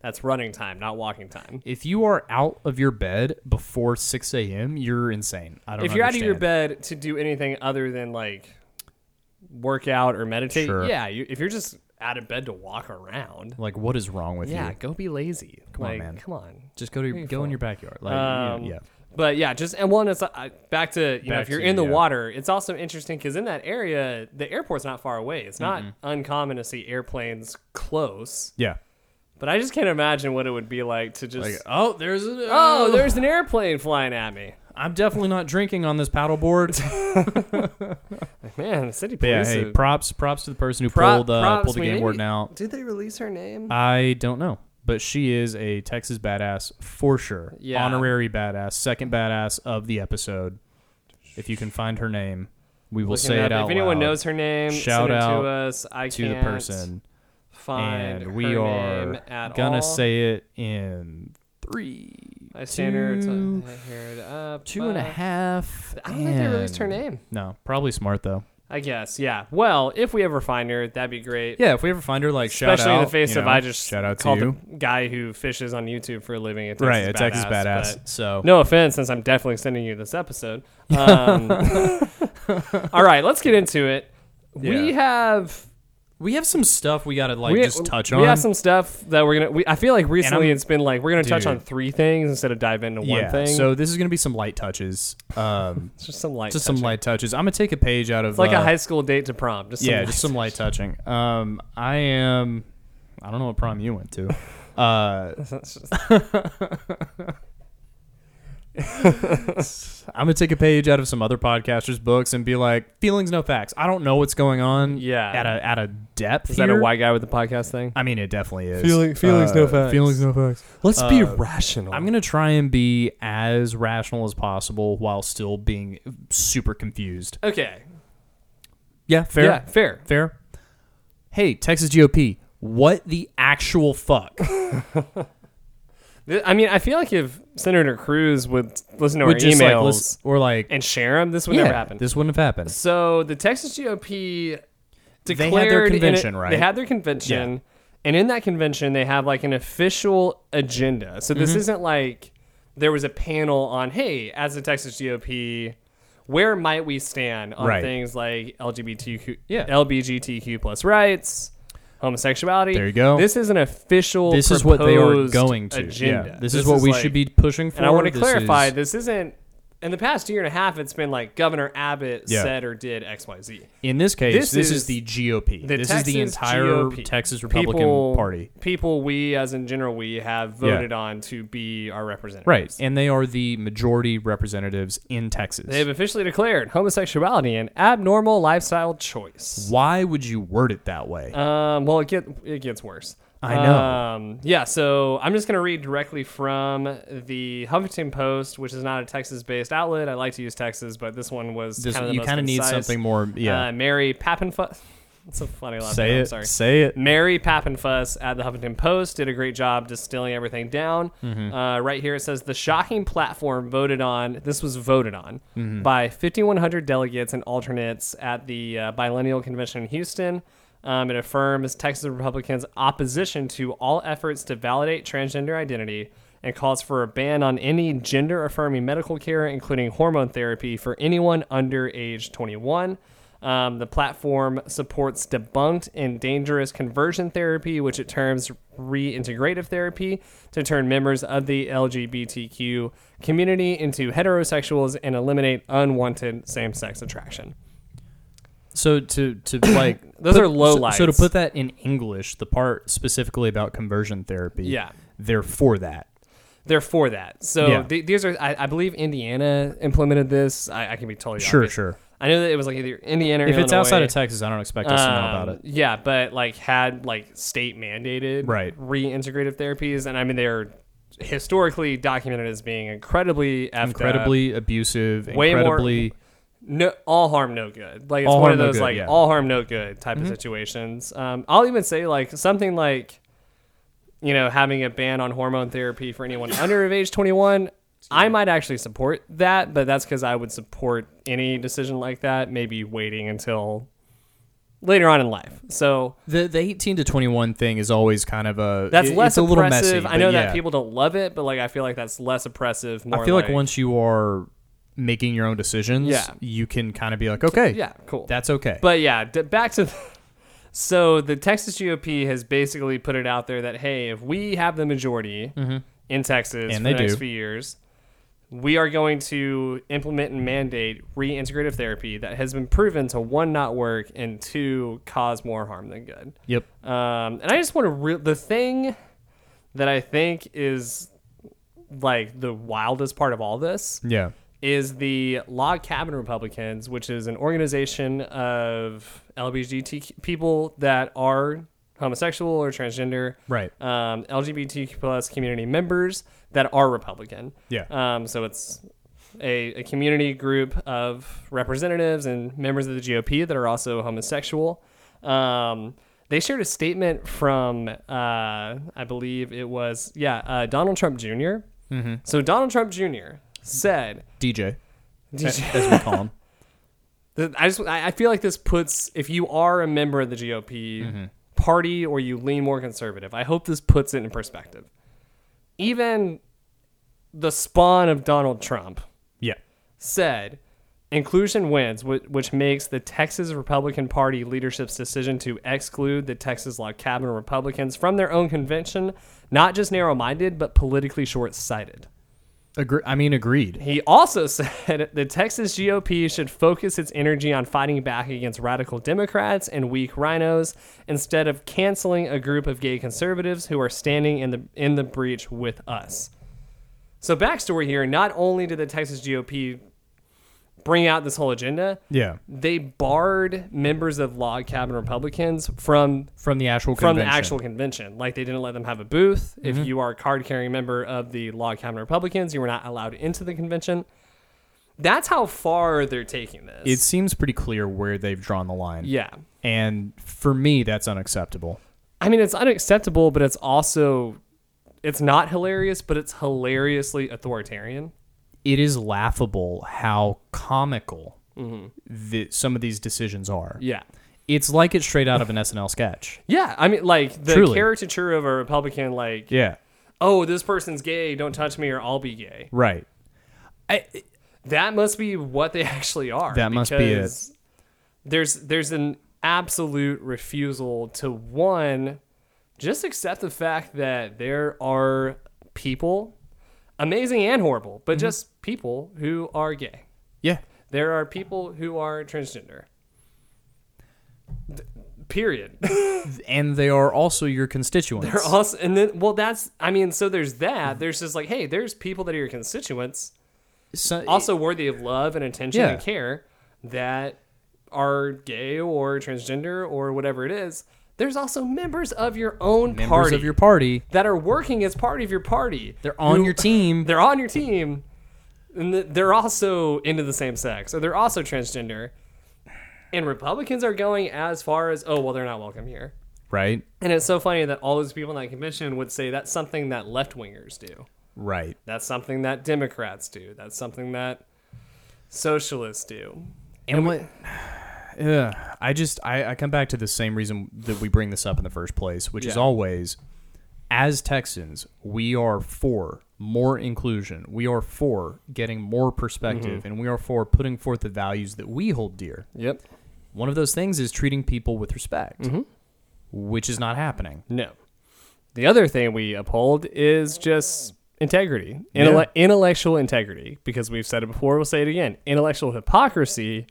[SPEAKER 2] That's running time, not walking time.
[SPEAKER 3] if you are out of your bed before 6 a.m., you're insane. I don't.
[SPEAKER 2] If you're out of your
[SPEAKER 3] understand.
[SPEAKER 2] bed to do anything other than like work out or meditate,
[SPEAKER 3] Sure.
[SPEAKER 2] yeah, you, if you're just out of bed to walk around,
[SPEAKER 3] like what is wrong with
[SPEAKER 2] yeah,
[SPEAKER 3] you?
[SPEAKER 2] go be lazy. Come
[SPEAKER 3] on,
[SPEAKER 2] like,
[SPEAKER 3] man.
[SPEAKER 2] Come on.
[SPEAKER 3] Just go to your, go in your backyard. Like,
[SPEAKER 2] Um,
[SPEAKER 3] yeah.
[SPEAKER 2] But yeah, just and one is uh, back to you know
[SPEAKER 3] Back
[SPEAKER 2] if you're
[SPEAKER 3] to-
[SPEAKER 2] in the
[SPEAKER 3] yeah.
[SPEAKER 2] water, it's also interesting because in that area the airport's not far away. It's not uncommon to see airplanes close,
[SPEAKER 3] Yeah.
[SPEAKER 2] but I just can't imagine what it would be like to just
[SPEAKER 3] Like, oh, there's a,
[SPEAKER 2] oh, there's an airplane flying at me.
[SPEAKER 3] I'm definitely not drinking on this paddleboard.
[SPEAKER 2] Like, man, the city
[SPEAKER 3] But yeah,
[SPEAKER 2] police.
[SPEAKER 3] hey,
[SPEAKER 2] have-
[SPEAKER 3] props props to the person who
[SPEAKER 2] pro-
[SPEAKER 3] pulled uh,
[SPEAKER 2] props,
[SPEAKER 3] pulled the
[SPEAKER 2] man.
[SPEAKER 3] game
[SPEAKER 2] Maybe-
[SPEAKER 3] warden out.
[SPEAKER 2] Did they release her name?
[SPEAKER 3] I don't know, but she is a Texas badass for sure.
[SPEAKER 2] Yeah.
[SPEAKER 3] Honorary badass, second badass of the episode. If you can find her name, we will
[SPEAKER 2] Looking
[SPEAKER 3] say
[SPEAKER 2] up.
[SPEAKER 3] it out
[SPEAKER 2] If anyone
[SPEAKER 3] loud
[SPEAKER 2] knows her name, send
[SPEAKER 3] Shout
[SPEAKER 2] it
[SPEAKER 3] out
[SPEAKER 2] to us. I
[SPEAKER 3] to the
[SPEAKER 2] can't
[SPEAKER 3] person.
[SPEAKER 2] Find
[SPEAKER 3] And we
[SPEAKER 2] her
[SPEAKER 3] are
[SPEAKER 2] name at
[SPEAKER 3] gonna
[SPEAKER 2] all.
[SPEAKER 3] say it in three,
[SPEAKER 2] I stand her to
[SPEAKER 3] two-
[SPEAKER 2] I hear it up.
[SPEAKER 3] two and a
[SPEAKER 2] uh,
[SPEAKER 3] half.
[SPEAKER 2] I don't think they released her
[SPEAKER 3] and-
[SPEAKER 2] name.
[SPEAKER 3] No, probably smart though.
[SPEAKER 2] I guess, yeah. Well, if we ever find her, that'd be great.
[SPEAKER 3] Yeah, if we ever find her, like shout
[SPEAKER 2] Especially
[SPEAKER 3] out
[SPEAKER 2] in the face
[SPEAKER 3] you
[SPEAKER 2] of
[SPEAKER 3] know,
[SPEAKER 2] I just
[SPEAKER 3] shout out to
[SPEAKER 2] called
[SPEAKER 3] you.
[SPEAKER 2] the guy who fishes on YouTube for a living. A Texas
[SPEAKER 3] right, a Texas
[SPEAKER 2] badass.
[SPEAKER 3] badass.
[SPEAKER 2] but
[SPEAKER 3] So
[SPEAKER 2] No offense, since I'm definitely sending you this episode. Um, all right, let's get into it. We
[SPEAKER 3] Yeah.
[SPEAKER 2] have
[SPEAKER 3] we have some stuff we gotta like
[SPEAKER 2] we
[SPEAKER 3] just touch on.
[SPEAKER 2] We have some stuff that we're gonna. We, I feel like recently
[SPEAKER 3] I'm-
[SPEAKER 2] it's been like we're gonna touch
[SPEAKER 3] Dude.
[SPEAKER 2] on three things instead of dive into
[SPEAKER 3] yeah,
[SPEAKER 2] one thing.
[SPEAKER 3] So this is gonna be some light touches. Um,
[SPEAKER 2] it's just some light.
[SPEAKER 3] just
[SPEAKER 2] touching.
[SPEAKER 3] some light touches. I'm gonna take a page out of
[SPEAKER 2] It's like
[SPEAKER 3] uh,
[SPEAKER 2] a high school date to prom. Just some
[SPEAKER 3] yeah,
[SPEAKER 2] light
[SPEAKER 3] just some light touching. Um, I am. I don't know what prom you went to. Uh, I'm gonna take a page out of some other podcasters' books and be like, "Feelings, no facts." I don't know what's going on.
[SPEAKER 2] Yeah.
[SPEAKER 3] at a at a depth.
[SPEAKER 2] Is that a
[SPEAKER 3] here.
[SPEAKER 2] white guy with the podcast thing?
[SPEAKER 3] I mean, it definitely is. Uh,
[SPEAKER 2] Feeling- feelings, no facts.
[SPEAKER 3] Feelings, no facts.
[SPEAKER 2] Let's be
[SPEAKER 3] Uh,
[SPEAKER 2] rational.
[SPEAKER 3] I'm gonna try and be as rational as possible while still being super confused.
[SPEAKER 2] okay.
[SPEAKER 3] Yeah, fair.
[SPEAKER 2] Yeah, fair.
[SPEAKER 3] Fair. Hey, Texas GOP, what the actual fuck?
[SPEAKER 2] Th- I mean, I feel like if Senator Cruz would listen to our
[SPEAKER 3] Would just, like,
[SPEAKER 2] emails
[SPEAKER 3] lis- or like,
[SPEAKER 2] and share them, this would
[SPEAKER 3] yeah,
[SPEAKER 2] never happen.
[SPEAKER 3] this wouldn't have happened.
[SPEAKER 2] so the Texas GOP
[SPEAKER 3] They had
[SPEAKER 2] declared
[SPEAKER 3] their
[SPEAKER 2] in it-
[SPEAKER 3] convention, right?
[SPEAKER 2] They had their convention,
[SPEAKER 3] Yeah.
[SPEAKER 2] and in that convention, they have like an official agenda. So
[SPEAKER 3] Mm-hmm.
[SPEAKER 2] this isn't like there was a panel on, hey, as the Texas GOP. Where might we stand on
[SPEAKER 3] Right.
[SPEAKER 2] things like LGBTQ,
[SPEAKER 3] Yeah.
[SPEAKER 2] LGBTQ plus rights, homosexuality?
[SPEAKER 3] There you go.
[SPEAKER 2] This is an official.
[SPEAKER 3] This is what they are
[SPEAKER 2] proposed
[SPEAKER 3] going to.
[SPEAKER 2] Agenda.
[SPEAKER 3] Yeah. This, is what we
[SPEAKER 2] like-
[SPEAKER 3] should be pushing for.
[SPEAKER 2] And I want to
[SPEAKER 3] This
[SPEAKER 2] clarify:
[SPEAKER 3] is-
[SPEAKER 2] this isn't. In the past year and a half, it's been like Governor Abbott
[SPEAKER 3] Yeah.
[SPEAKER 2] said or did X, Y, Z.
[SPEAKER 3] in this case,
[SPEAKER 2] this
[SPEAKER 3] this,
[SPEAKER 2] is
[SPEAKER 3] is, the GOP.
[SPEAKER 2] The
[SPEAKER 3] this
[SPEAKER 2] Texas
[SPEAKER 3] is the entire
[SPEAKER 2] GOP
[SPEAKER 3] Texas Republican
[SPEAKER 2] people-
[SPEAKER 3] Party.
[SPEAKER 2] People we, as in general, we have voted on to be our representatives.
[SPEAKER 3] Right. And they are the majority representatives in Texas.
[SPEAKER 2] They have officially declared homosexuality an abnormal lifestyle choice.
[SPEAKER 3] Why would you word it that way?
[SPEAKER 2] Um, well, it get it gets worse.
[SPEAKER 3] I know.
[SPEAKER 2] Um, yeah, so I'm just gonna read directly from the Huffington Post, which is not a Texas-based outlet. I like to use Texas, but this one was
[SPEAKER 3] This-
[SPEAKER 2] kind of
[SPEAKER 3] you
[SPEAKER 2] kind of
[SPEAKER 3] need something more. Yeah.
[SPEAKER 2] Uh, Mary Pappenfuss. It's a funny last
[SPEAKER 3] say
[SPEAKER 2] name. I'm
[SPEAKER 3] it.
[SPEAKER 2] sorry.
[SPEAKER 3] Say it.
[SPEAKER 2] Mary Pappenfuss at the Huffington Post did a great job distilling everything down. Uh, right here it says the shocking platform voted on. This was voted on by 5,100 delegates and alternates at the uh, biennial convention in Houston. Um, it affirms Texas Republicans' opposition to all efforts to validate transgender identity and calls for a ban on any gender affirming medical care, including hormone therapy, for anyone under age 21. Um, the platform supports debunked and dangerous conversion therapy, which it terms reintegrative therapy, to turn members of the LGBTQ community into heterosexuals and eliminate unwanted same sex attraction.
[SPEAKER 3] So to to like
[SPEAKER 2] Those are low
[SPEAKER 3] so, so to
[SPEAKER 2] lights.
[SPEAKER 3] put that in English, the part specifically about conversion therapy.
[SPEAKER 2] Yeah.
[SPEAKER 3] they're for that.
[SPEAKER 2] They're for that. So
[SPEAKER 3] Yeah.
[SPEAKER 2] th- these are, I, I believe Indiana implemented this. I, I can be totally off
[SPEAKER 3] Sure,
[SPEAKER 2] base.
[SPEAKER 3] sure.
[SPEAKER 2] I know that it was like either Indiana or
[SPEAKER 3] If it's outside
[SPEAKER 2] Illinois.
[SPEAKER 3] of Texas, I don't expect us to know about
[SPEAKER 2] Um,
[SPEAKER 3] it.
[SPEAKER 2] Yeah, but like had like state mandated
[SPEAKER 3] Right.
[SPEAKER 2] reintegrative therapies, and I mean they're historically documented as being incredibly effed up.
[SPEAKER 3] Um, Incredibly abusive.
[SPEAKER 2] way more-
[SPEAKER 3] Incredibly.
[SPEAKER 2] no all harm no good. Like it's
[SPEAKER 3] All
[SPEAKER 2] one
[SPEAKER 3] harm,
[SPEAKER 2] of
[SPEAKER 3] no
[SPEAKER 2] those
[SPEAKER 3] good,
[SPEAKER 2] like
[SPEAKER 3] yeah. Mm-hmm.
[SPEAKER 2] all harm no good type of situations. Um, I'll even say like something like you know having a ban on hormone therapy for anyone under of age 21 i might actually support that but that's because i would support any decision like that maybe waiting until later on in life so
[SPEAKER 3] The the eighteen to twenty one thing is always kind of a
[SPEAKER 2] That's
[SPEAKER 3] it-
[SPEAKER 2] less
[SPEAKER 3] it's a little
[SPEAKER 2] oppressive.
[SPEAKER 3] messy.
[SPEAKER 2] I
[SPEAKER 3] but
[SPEAKER 2] know
[SPEAKER 3] yeah.
[SPEAKER 2] that people don't love it, but like I feel like that's less oppressive. More
[SPEAKER 3] I feel like, once you are making your own decisions,
[SPEAKER 2] Yeah.
[SPEAKER 3] you can kind of be like, okay,
[SPEAKER 2] yeah, cool.
[SPEAKER 3] that's okay.
[SPEAKER 2] but yeah, d- back to the, so the Texas GOP has basically put it out there that hey, if we have the majority in Texas
[SPEAKER 3] Mm-hmm. And
[SPEAKER 2] for
[SPEAKER 3] they
[SPEAKER 2] the next
[SPEAKER 3] do.
[SPEAKER 2] few years, we are going to implement and mandate reintegrative therapy that has been proven to one not work and two cause more harm than good.
[SPEAKER 3] yep,
[SPEAKER 2] Um, and I just want to re- the thing that I think is like the wildest part of all this
[SPEAKER 3] yeah,
[SPEAKER 2] is the Log Cabin Republicans, which is an organization of LGBT people that are homosexual or transgender,
[SPEAKER 3] Right.
[SPEAKER 2] Um, LGBTQ plus community members that are Republican.
[SPEAKER 3] Yeah.
[SPEAKER 2] Um, so it's a, a community group of representatives and members of the GOP that are also homosexual. Um, they shared a statement from, uh, I believe it was, yeah, uh, Donald Trump junior Mm-hmm. So Donald Trump Jr. said,
[SPEAKER 3] DJ,
[SPEAKER 2] DJ
[SPEAKER 3] as we call him.
[SPEAKER 2] the- I just I I feel like this puts if you are a member of the GOP party or you lean more conservative, I hope this puts it in perspective. Even the spawn of Donald Trump
[SPEAKER 3] Yeah,
[SPEAKER 2] said inclusion wins, whi- which makes the Texas Republican Party leadership's decision to exclude the Texas log cabin Republicans from their own convention not just narrow-minded but politically short-sighted.
[SPEAKER 3] Agre- I mean, agreed.
[SPEAKER 2] He also said the Texas GOP should focus its energy on fighting back against radical Democrats and weak rhinos instead of canceling a group of gay conservatives who are standing in the in the breach with us. So backstory here, not only did the Texas GOP bring out this whole agenda,
[SPEAKER 3] Yeah,
[SPEAKER 2] they barred members of log cabin Republicans from
[SPEAKER 3] from the actual
[SPEAKER 2] from the
[SPEAKER 3] convention. Mm-hmm.
[SPEAKER 2] actual convention. Like they didn't let them have a booth. If you are a card carrying member of the Log Cabin Republicans, you were not allowed into the convention. That's how far they're taking this.
[SPEAKER 3] It seems pretty clear where they've drawn the line.
[SPEAKER 2] yeah.
[SPEAKER 3] and for me, that's unacceptable.
[SPEAKER 2] I mean, it's unacceptable, but it's also it's not hilarious, but it's hilariously authoritarian.
[SPEAKER 3] It is laughable how comical the, some of these decisions are.
[SPEAKER 2] Mm-hmm. Yeah.
[SPEAKER 3] It's like it's straight out of an SNL sketch.
[SPEAKER 2] Yeah, I mean, like the
[SPEAKER 3] Truly.
[SPEAKER 2] caricature of a Republican, like,
[SPEAKER 3] Yeah,
[SPEAKER 2] oh, this person's gay, don't touch me, or I'll be gay.
[SPEAKER 3] right. I,
[SPEAKER 2] that must be what they actually are.
[SPEAKER 3] That must be it.
[SPEAKER 2] because There's there's an absolute refusal to one just accept the fact that there are people, amazing and horrible, but
[SPEAKER 3] Mm-hmm.
[SPEAKER 2] just people who are gay.
[SPEAKER 3] yeah,
[SPEAKER 2] There are people who are transgender. D- period.
[SPEAKER 3] and they are also your constituents.
[SPEAKER 2] They're also, and then well, that's I mean, so there's that. There's just like, hey, there's people that are your constituents.
[SPEAKER 3] So-
[SPEAKER 2] also worthy of love and attention
[SPEAKER 3] Yeah.
[SPEAKER 2] and care that are gay or transgender or whatever it is. There's also members of your own
[SPEAKER 3] members
[SPEAKER 2] party
[SPEAKER 3] of your party.
[SPEAKER 2] that are working as part of your party.
[SPEAKER 3] They're on
[SPEAKER 2] who-
[SPEAKER 3] your team.
[SPEAKER 2] They're on your team, and th- they're also into the same sex, or they're also transgender. And Republicans are going as far as, oh well, they're not welcome here.
[SPEAKER 3] Right.
[SPEAKER 2] And it's so funny that all those people in that convention would say that's something that left wingers do.
[SPEAKER 3] Right.
[SPEAKER 2] That's something that Democrats do. That's something that socialists do.
[SPEAKER 3] And what Ugh. I just I, I come back to the same reason that we bring this up in the first place, which is
[SPEAKER 2] Yeah.
[SPEAKER 3] always as Texans, we are for more inclusion. We are for getting more perspective
[SPEAKER 2] Mm-hmm.
[SPEAKER 3] and we are for putting forth the values that we hold dear.
[SPEAKER 2] Yep.
[SPEAKER 3] One of those things is treating people with respect,
[SPEAKER 2] Mm-hmm.
[SPEAKER 3] which is not happening.
[SPEAKER 2] No. The other thing we uphold is just integrity,
[SPEAKER 3] Yeah.
[SPEAKER 2] Intelle- intellectual integrity, because we've said it before, we'll say it again. Intellectual hypocrisy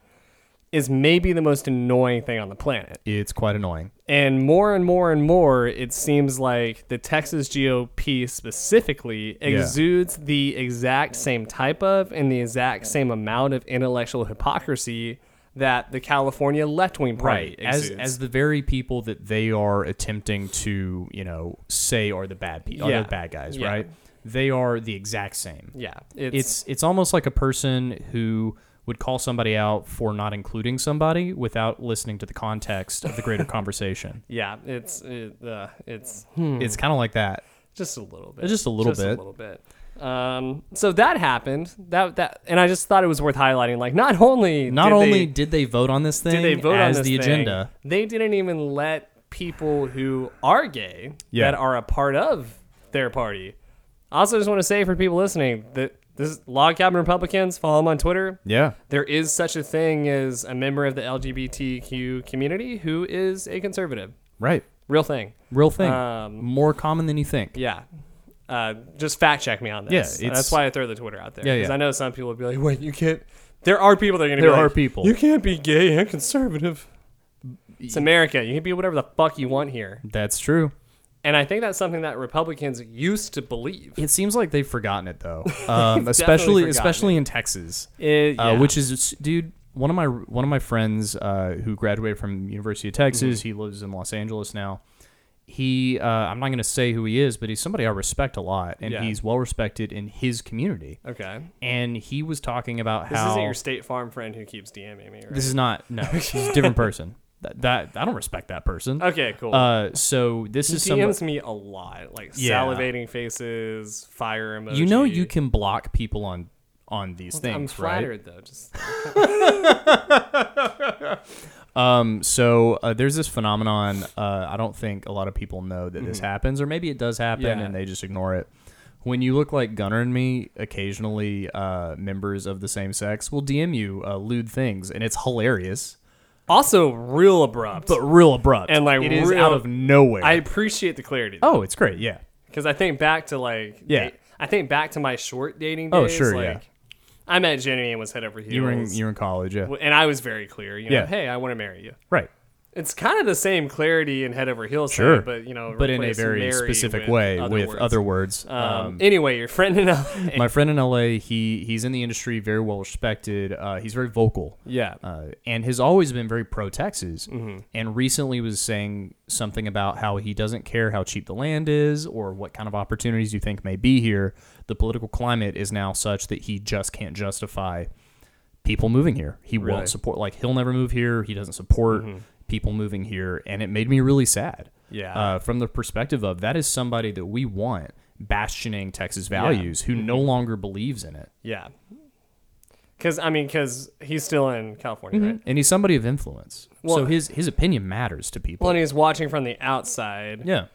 [SPEAKER 2] is maybe the most annoying thing on the planet.
[SPEAKER 3] It's quite annoying.
[SPEAKER 2] And more and more and more, it seems like the Texas GOP specifically exudes the exact same type of and the exact same amount of intellectual hypocrisy that the California left wing party
[SPEAKER 3] As
[SPEAKER 2] exudes.
[SPEAKER 3] as the very people that they are attempting to, you know, say are the bad people,
[SPEAKER 2] Yeah.
[SPEAKER 3] are the bad guys,
[SPEAKER 2] Yeah.
[SPEAKER 3] right? They are the exact same.
[SPEAKER 2] yeah,
[SPEAKER 3] it's it's almost like a person who would call somebody out for not including somebody without listening to the context of the greater conversation.
[SPEAKER 2] Yeah, it's it, uh, it's
[SPEAKER 3] It's kind of like that.
[SPEAKER 2] just a little bit,
[SPEAKER 3] Just a little
[SPEAKER 2] a
[SPEAKER 3] bit.
[SPEAKER 2] little bit. Um, so that happened. That that, and I just thought it was worth highlighting. Like, not only
[SPEAKER 3] Not
[SPEAKER 2] did
[SPEAKER 3] only
[SPEAKER 2] they-
[SPEAKER 3] did they vote on this thing
[SPEAKER 2] did they vote
[SPEAKER 3] as
[SPEAKER 2] on this
[SPEAKER 3] the
[SPEAKER 2] thing,
[SPEAKER 3] agenda,
[SPEAKER 2] they didn't even let people who are gay
[SPEAKER 3] Yeah.
[SPEAKER 2] that are a part of their party. I also just want to say for people listening that this log cabin Republicans follow them on Twitter.
[SPEAKER 3] yeah,
[SPEAKER 2] There is such a thing as a member of the LGBTQ community who is a conservative.
[SPEAKER 3] right,
[SPEAKER 2] Real thing.
[SPEAKER 3] real thing,
[SPEAKER 2] Um,
[SPEAKER 3] more common than you think.
[SPEAKER 2] Yeah. Uh, just fact check me on this.
[SPEAKER 3] Yeah,
[SPEAKER 2] that's
[SPEAKER 3] it's-
[SPEAKER 2] why I throw the Twitter out there.
[SPEAKER 3] Yeah,
[SPEAKER 2] Because
[SPEAKER 3] yeah.
[SPEAKER 2] I know some people would be like, "Wait, you can't." There are people that are going to.
[SPEAKER 3] There
[SPEAKER 2] be
[SPEAKER 3] are
[SPEAKER 2] like,
[SPEAKER 3] people.
[SPEAKER 2] You can't be gay and conservative. It's America. You can be whatever the fuck you want here.
[SPEAKER 3] That's true.
[SPEAKER 2] And I think that's something that Republicans used to believe.
[SPEAKER 3] It seems like they've forgotten it though, um,
[SPEAKER 2] definitely
[SPEAKER 3] especially
[SPEAKER 2] forgotten
[SPEAKER 3] especially in Texas.
[SPEAKER 2] It-
[SPEAKER 3] uh,
[SPEAKER 2] yeah.
[SPEAKER 3] which is it's- dude one of my one of my friends uh, who graduated from University
[SPEAKER 2] Mm-hmm.
[SPEAKER 3] of Texas. He lives in Los Angeles now. He uh, I'm not going to say who he is, but he's somebody I respect a lot, and
[SPEAKER 2] Yeah.
[SPEAKER 3] he's well respected in his community.
[SPEAKER 2] okay.
[SPEAKER 3] And he was talking about
[SPEAKER 2] This
[SPEAKER 3] how
[SPEAKER 2] isn't your State Farm friend who keeps DMing me. Right?
[SPEAKER 3] this is not no, he's a different person. That, that I don't respect that person.
[SPEAKER 2] okay, cool.
[SPEAKER 3] Uh, so this
[SPEAKER 2] he
[SPEAKER 3] is some.
[SPEAKER 2] DMs me a lot, like
[SPEAKER 3] Yeah.
[SPEAKER 2] salivating faces, fire emoji.
[SPEAKER 3] You know, you can block people on on these things,
[SPEAKER 2] I'm
[SPEAKER 3] right?
[SPEAKER 2] flattered though. Just
[SPEAKER 3] Um, so uh, there's this phenomenon. Uh, I don't think a lot of people know that this happens, or maybe it does happen
[SPEAKER 2] Mm-hmm. Yeah.
[SPEAKER 3] and they just ignore it. When you look like Gunner and me, occasionally uh, members of the same sex will DM you uh, lewd things, and it's hilarious,
[SPEAKER 2] also real abrupt.
[SPEAKER 3] but real abrupt
[SPEAKER 2] And, like,
[SPEAKER 3] it is
[SPEAKER 2] real-
[SPEAKER 3] out of nowhere.
[SPEAKER 2] I appreciate the clarity.
[SPEAKER 3] oh, it's great, yeah.
[SPEAKER 2] Because I think back to like
[SPEAKER 3] Yeah.
[SPEAKER 2] da- I think back to my short dating days.
[SPEAKER 3] Oh, sure,
[SPEAKER 2] like,
[SPEAKER 3] yeah.
[SPEAKER 2] I met Jenny and was head over heels.
[SPEAKER 3] You were in, you were in college, yeah,
[SPEAKER 2] and I was very clear. You know,
[SPEAKER 3] Yeah.
[SPEAKER 2] hey, I want to marry you.
[SPEAKER 3] right,
[SPEAKER 2] It's kind of the same clarity and head over heels, thing,
[SPEAKER 3] Sure.
[SPEAKER 2] but you know,
[SPEAKER 3] but in a
[SPEAKER 2] replace
[SPEAKER 3] very
[SPEAKER 2] marry
[SPEAKER 3] specific
[SPEAKER 2] with
[SPEAKER 3] way
[SPEAKER 2] other
[SPEAKER 3] with
[SPEAKER 2] words.
[SPEAKER 3] other words. Uh,
[SPEAKER 2] Um, anyway, your friend and I.
[SPEAKER 3] my friend in LA, he he's in the industry, very well respected. Uh, he's very vocal.
[SPEAKER 2] yeah,
[SPEAKER 3] uh, and has always been very pro Texas.
[SPEAKER 2] Mm-hmm.
[SPEAKER 3] And recently was saying something about how he doesn't care how cheap the land is or what kind of opportunities you think may be here. The political climate is now such that he just can't justify people moving here. He
[SPEAKER 2] Really?
[SPEAKER 3] won't support, like, he'll never move here. He doesn't support people moving here. And it made me really sad.
[SPEAKER 2] Mm-hmm. Yeah.
[SPEAKER 3] Uh, from the perspective of that is somebody that we want bastioning Texas values
[SPEAKER 2] Mm-hmm.
[SPEAKER 3] who no longer believes in it.
[SPEAKER 2] yeah. Because I mean, because he's still in California, right?
[SPEAKER 3] And he's somebody of influence.
[SPEAKER 2] Well-
[SPEAKER 3] so his his opinion matters to people.
[SPEAKER 2] Well, and he's watching from the outside.
[SPEAKER 3] Yeah.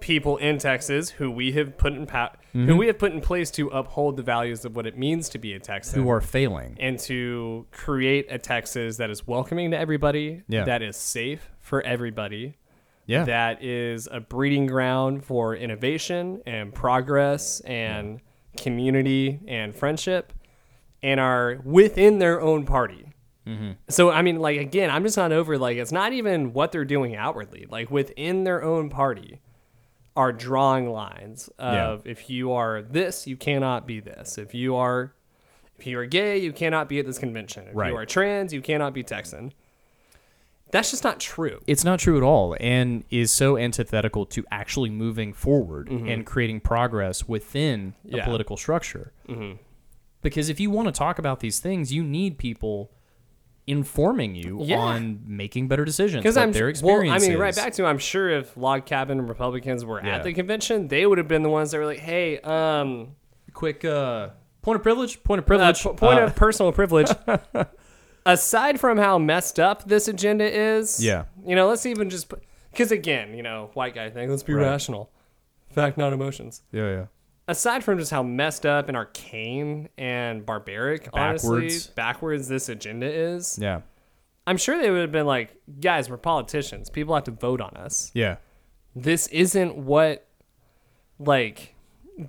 [SPEAKER 2] people in Texas who we have put in pa-
[SPEAKER 3] Mm-hmm.
[SPEAKER 2] who we have put in place to uphold the values of what it means to be a Texan
[SPEAKER 3] Who are failing.
[SPEAKER 2] and to create a Texas that is welcoming to everybody,
[SPEAKER 3] Yeah.
[SPEAKER 2] that is safe for everybody,
[SPEAKER 3] Yeah.
[SPEAKER 2] that is a breeding ground for innovation and progress and community and friendship and are within their own party.
[SPEAKER 3] Mm-hmm.
[SPEAKER 2] So I mean, like again, I'm just not over. Like it's not even what they're doing outwardly. Like within their own party, are drawing lines
[SPEAKER 3] Yeah.
[SPEAKER 2] of if you are this, you cannot be this. If you are, if you are gay, you cannot be at this convention. If
[SPEAKER 3] Right.
[SPEAKER 2] you are trans, you cannot be Texan. That's just not true.
[SPEAKER 3] it's not true at all and is so antithetical to actually moving forward and creating progress within a
[SPEAKER 2] Mm-hmm. Yeah.
[SPEAKER 3] political structure. Mm-hmm. Because if you want to talk about these things, you need people informing you
[SPEAKER 2] Yeah.
[SPEAKER 3] on making better decisions.
[SPEAKER 2] Because
[SPEAKER 3] what
[SPEAKER 2] I'm
[SPEAKER 3] their
[SPEAKER 2] well,
[SPEAKER 3] experience
[SPEAKER 2] I mean, right
[SPEAKER 3] is.
[SPEAKER 2] back to I'm sure if log cabin Republicans were
[SPEAKER 3] Yeah.
[SPEAKER 2] at the convention, they would have been the ones that were like, "Hey, um,
[SPEAKER 3] quick uh, point of privilege, point of
[SPEAKER 2] uh,
[SPEAKER 3] privilege,
[SPEAKER 2] po- point
[SPEAKER 3] uh,
[SPEAKER 2] of personal privilege. aside from how messed up this agenda is,
[SPEAKER 3] Yeah.
[SPEAKER 2] you know, let's even just because again, you know, white guy thing. Let's be
[SPEAKER 3] Right.
[SPEAKER 2] rational, fact not emotions.
[SPEAKER 3] Yeah, yeah.
[SPEAKER 2] Aside from just how messed up and arcane and barbaric,
[SPEAKER 3] Backwards.
[SPEAKER 2] honestly, backwards this agenda is.
[SPEAKER 3] Yeah.
[SPEAKER 2] I'm sure they would have been like, guys, we're politicians. People have to vote on us.
[SPEAKER 3] Yeah.
[SPEAKER 2] This isn't what, like,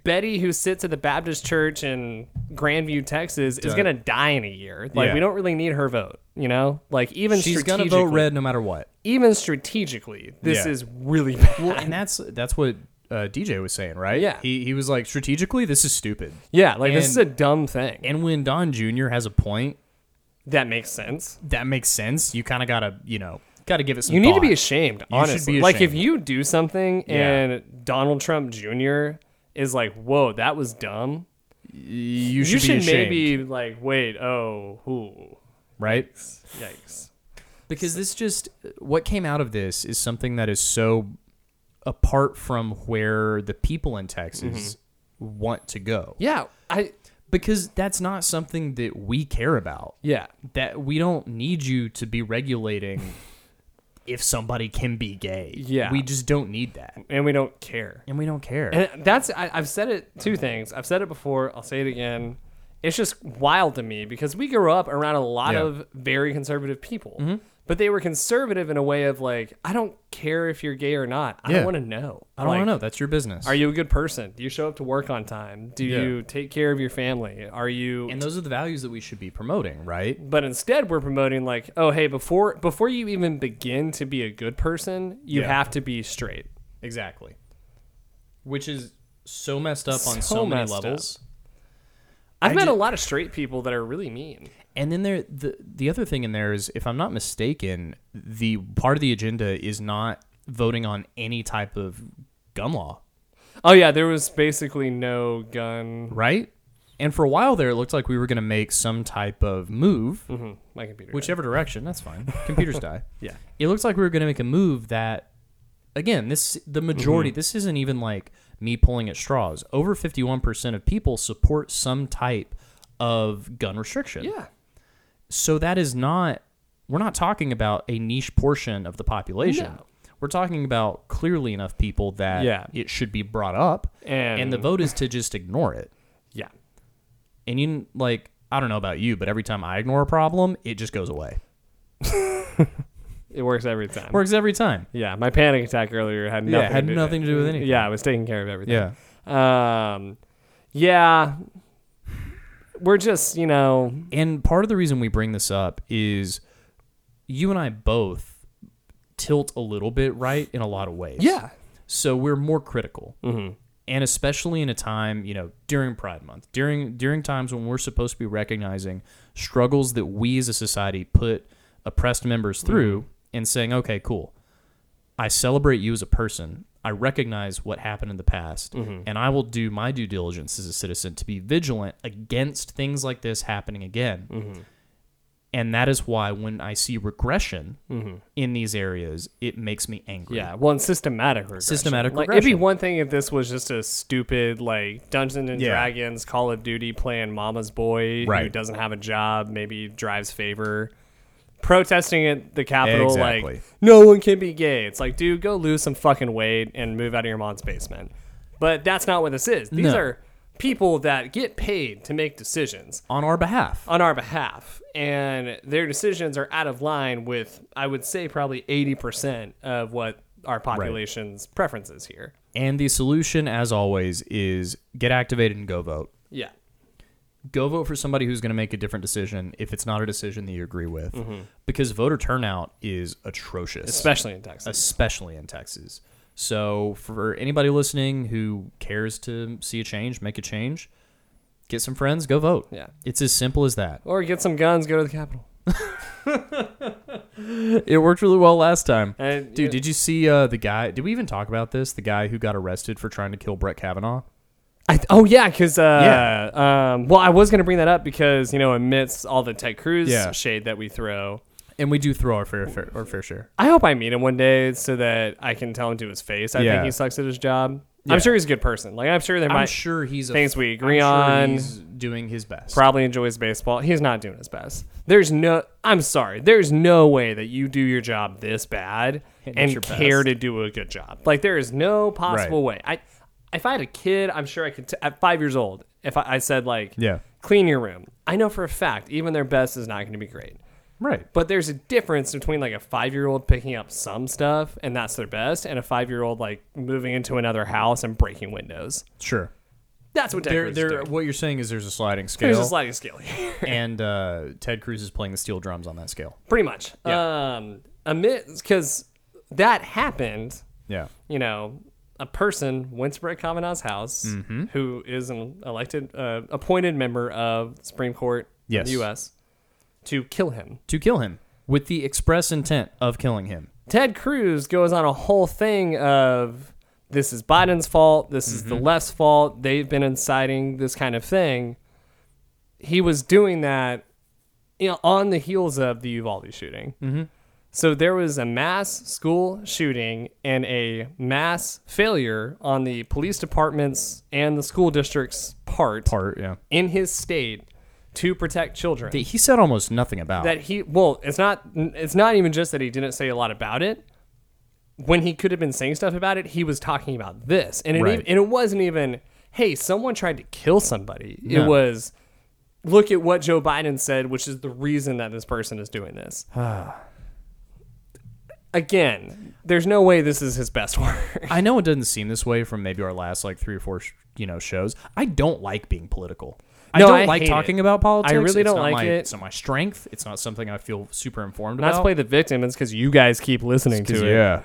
[SPEAKER 2] Betty, who sits at the Baptist church in Grandview, Texas, is
[SPEAKER 3] Done.
[SPEAKER 2] going to die in a year. Like,
[SPEAKER 3] Yeah.
[SPEAKER 2] we don't really need her vote, you know? Like, even
[SPEAKER 3] She's gonna
[SPEAKER 2] strategically,
[SPEAKER 3] vote red no matter what.
[SPEAKER 2] even strategically, this
[SPEAKER 3] Yeah.
[SPEAKER 2] is really bad.
[SPEAKER 3] Well, and that's that's what uh, DJ was saying, right?
[SPEAKER 2] Yeah.
[SPEAKER 3] He he was like strategically, this is stupid.
[SPEAKER 2] yeah, like, this
[SPEAKER 3] and-
[SPEAKER 2] is a dumb thing.
[SPEAKER 3] And when Don Jr. has a point,
[SPEAKER 2] that makes sense.
[SPEAKER 3] that makes sense. You kind of gotta you know gotta give it some.
[SPEAKER 2] You need to be
[SPEAKER 3] thought.
[SPEAKER 2] ashamed,
[SPEAKER 3] You should
[SPEAKER 2] honestly.
[SPEAKER 3] be
[SPEAKER 2] Like if
[SPEAKER 3] ashamed.
[SPEAKER 2] you do something
[SPEAKER 3] Yeah.
[SPEAKER 2] and Donald Trump Jr. is like, "Whoa, that was dumb."
[SPEAKER 3] You
[SPEAKER 2] You
[SPEAKER 3] should,
[SPEAKER 2] should,
[SPEAKER 3] be ashamed,
[SPEAKER 2] maybe like, "Wait, oh, who?
[SPEAKER 3] right
[SPEAKER 2] Yikes."
[SPEAKER 3] because this just what came out of this is something that is so apart from where the people in Texas want to go.
[SPEAKER 2] Mm-hmm. Yeah, I
[SPEAKER 3] because that's not something that we care about.
[SPEAKER 2] yeah.
[SPEAKER 3] That we don't need you to be regulating if somebody can be gay.
[SPEAKER 2] Yeah.
[SPEAKER 3] we just don't need that,
[SPEAKER 2] And we don't care.
[SPEAKER 3] and we don't care.
[SPEAKER 2] And that's I, I've said it two things. I've said it before. I'll say it again. It's just wild to me because we grew up around a lot
[SPEAKER 3] Yeah. Mm-hmm.
[SPEAKER 2] of very conservative people, but they were conservative in a way of like, I don't care if you're gay or not. I
[SPEAKER 3] Yeah.
[SPEAKER 2] don't want to know.
[SPEAKER 3] I don't
[SPEAKER 2] Like,
[SPEAKER 3] know. That's your business.
[SPEAKER 2] Are you a good person? Do you show up to work on time? Do
[SPEAKER 3] Yeah.
[SPEAKER 2] you take care of your family? Are you
[SPEAKER 3] And those are the values that we should be promoting, right?
[SPEAKER 2] but instead we're promoting like, oh hey, before before you even begin to be a good person, you
[SPEAKER 3] Yeah.
[SPEAKER 2] have to be straight.
[SPEAKER 3] Exactly. Which is so messed up on
[SPEAKER 2] So
[SPEAKER 3] so many
[SPEAKER 2] messed up.
[SPEAKER 3] levels.
[SPEAKER 2] I've
[SPEAKER 3] I
[SPEAKER 2] met
[SPEAKER 3] ju-
[SPEAKER 2] a lot of straight people that are really mean.
[SPEAKER 3] And then there the the other thing in there is if I'm not mistaken, the part of the agenda is not voting on any type of gun law,
[SPEAKER 2] Oh yeah, there was basically no gun
[SPEAKER 3] right? And for a while there it looked like we were going to make some type of move,
[SPEAKER 2] Mhm, my computer. died.
[SPEAKER 3] whichever direction, that's fine. Computers die.
[SPEAKER 2] yeah.
[SPEAKER 3] It looks like we were going to make a move that again, this the majority,
[SPEAKER 2] Mm-hmm.
[SPEAKER 3] this isn't even like me pulling at straws. Over 51% of people support some type of gun restriction.
[SPEAKER 2] Yeah.
[SPEAKER 3] so that is not we're not talking about a niche portion of the population
[SPEAKER 2] No.
[SPEAKER 3] we're talking about clearly enough people that
[SPEAKER 2] Yeah.
[SPEAKER 3] it should be brought up
[SPEAKER 2] And-
[SPEAKER 3] the vote is to just ignore it
[SPEAKER 2] Yeah.
[SPEAKER 3] and you like i don't know about you but every time i ignore a problem it just goes away
[SPEAKER 2] It works every time.
[SPEAKER 3] works every time
[SPEAKER 2] yeah, my panic attack earlier had nothing
[SPEAKER 3] yeah had
[SPEAKER 2] to do
[SPEAKER 3] nothing to do with anything
[SPEAKER 2] Yeah, I was taking care of everything. Um, yeah, we're just you know,
[SPEAKER 3] and part of the reason we bring this up is you and i both tilt a little bit right in a lot of ways so we're more critical and especially in a time you know during pride month during during times when we're supposed to be recognizing struggles that we as a society put oppressed members through and saying okay cool i celebrate you as a person i recognize what happened in the past and i will do my due diligence as a citizen to be vigilant against things like this happening again and that is why when i see regression in these areas it makes me angry
[SPEAKER 2] yeah. Well, and systematic regression.
[SPEAKER 3] Systematic
[SPEAKER 2] Like, it'd be
[SPEAKER 3] regression.
[SPEAKER 2] one thing if this was just a stupid like Dungeons and
[SPEAKER 3] Yeah.
[SPEAKER 2] Dragons, Call of Duty playing Mama's boy who
[SPEAKER 3] Right.
[SPEAKER 2] doesn't have a job, maybe drives favor, protesting at the Capitol
[SPEAKER 3] Exactly.
[SPEAKER 2] like no one can be gay. It's like, dude, go lose some fucking weight and move out of your mom's basement. But that's not what this is. These
[SPEAKER 3] No.
[SPEAKER 2] are people that get paid to make decisions.
[SPEAKER 3] on our behalf
[SPEAKER 2] on our behalf, and their decisions are out of line with, I would say, probably 80% of what our population's preferences here.
[SPEAKER 3] And the solution, as always, is get activated and go vote.
[SPEAKER 2] Yeah.
[SPEAKER 3] Go vote for somebody who's going to make a different decision if it's not a decision that you agree with, because voter turnout is atrocious,
[SPEAKER 2] Especially in Texas.
[SPEAKER 3] especially in Texas. So, for anybody listening who cares to see a change, make a change, get some friends, go vote.
[SPEAKER 2] Yeah.
[SPEAKER 3] It's as simple as that.
[SPEAKER 2] Or get some guns, go to the Capitol.
[SPEAKER 3] It worked really well last time.
[SPEAKER 2] And-
[SPEAKER 3] Dude, did you see uh, the guy? Did we even talk about this? The guy who got arrested for trying to kill Brett Kavanaugh?
[SPEAKER 2] I, oh, yeah, because, uh, Um, well, I was going to bring that up because, you know, amidst all the Ted Cruz
[SPEAKER 3] Yeah.
[SPEAKER 2] shade that we throw,
[SPEAKER 3] And we do throw our fair, fair, our fair share.
[SPEAKER 2] I hope I meet him one day so that I can tell him to his face. I
[SPEAKER 3] Yeah.
[SPEAKER 2] think he sucks at his job. I'm sure he's a good person. Like I'm sure there
[SPEAKER 3] I'm
[SPEAKER 2] might
[SPEAKER 3] sure he's a,
[SPEAKER 2] things we agree
[SPEAKER 3] I'm sure
[SPEAKER 2] on.
[SPEAKER 3] He's doing his best.
[SPEAKER 2] probably enjoys baseball. He's not doing his best. There's no. I'm sorry. There's no way that you do your job this bad
[SPEAKER 3] And
[SPEAKER 2] and,
[SPEAKER 3] it's your
[SPEAKER 2] care
[SPEAKER 3] best.
[SPEAKER 2] to do a good job. Like there is no possible way. I, if I had a kid, I'm sure I could. T- at five years old, if I, I said like,
[SPEAKER 3] Yeah.
[SPEAKER 2] clean your room. I know for a fact, even their best is not going to be great.
[SPEAKER 3] right.
[SPEAKER 2] But there's a difference between like a five year old picking up some stuff and that's their best, and a five year old like moving into another house and breaking windows.
[SPEAKER 3] Sure.
[SPEAKER 2] That's what Ted
[SPEAKER 3] There,
[SPEAKER 2] Cruz
[SPEAKER 3] there.
[SPEAKER 2] is doing.
[SPEAKER 3] What you're saying is there's a sliding scale,
[SPEAKER 2] There's a sliding scale here.
[SPEAKER 3] and uh, Ted Cruz is playing the steel drums on that scale.
[SPEAKER 2] pretty much.
[SPEAKER 3] Yeah.
[SPEAKER 2] Um, amid because that happened,
[SPEAKER 3] Yeah.
[SPEAKER 2] you know, a person went to Brett Kavanaugh's house,
[SPEAKER 3] Mm-hmm.
[SPEAKER 2] who is an elected, uh, appointed member of the Supreme Court
[SPEAKER 3] Yes.
[SPEAKER 2] of the U.S. to kill him.
[SPEAKER 3] To kill him with the express intent of killing him.
[SPEAKER 2] Ted Cruz goes on a whole thing of this is Biden's fault, this is the left's fault, they've been inciting this kind of thing. He was doing that you know, on the heels of the Uvalde shooting. Mm-hmm. So there was a mass school shooting and a mass failure on the police departments and the school district's part,
[SPEAKER 3] Part. Yeah.
[SPEAKER 2] in his state to protect children
[SPEAKER 3] That He said almost nothing about.
[SPEAKER 2] that he well it's not it's not even just that he didn't say a lot about it when he could have been saying stuff about it he was talking about this and it,
[SPEAKER 3] Right.
[SPEAKER 2] ev- and it wasn't even hey someone tried to kill somebody
[SPEAKER 3] No.
[SPEAKER 2] it was look at what joe biden said which is the reason that this person is doing this
[SPEAKER 3] Ah.
[SPEAKER 2] again there's no way this is his best work
[SPEAKER 3] I know it doesn't seem this way from maybe our last like three or four sh- you know shows. I don't like being political. I
[SPEAKER 2] No,
[SPEAKER 3] don't
[SPEAKER 2] I
[SPEAKER 3] like
[SPEAKER 2] hate
[SPEAKER 3] talking
[SPEAKER 2] it.
[SPEAKER 3] about politics.
[SPEAKER 2] I really
[SPEAKER 3] It's
[SPEAKER 2] don't
[SPEAKER 3] not
[SPEAKER 2] like
[SPEAKER 3] my-
[SPEAKER 2] it.
[SPEAKER 3] It's not my strength. It's not something I feel super informed
[SPEAKER 2] not
[SPEAKER 3] about.
[SPEAKER 2] to play the victim it's because you guys keep listening to it
[SPEAKER 3] Yeah,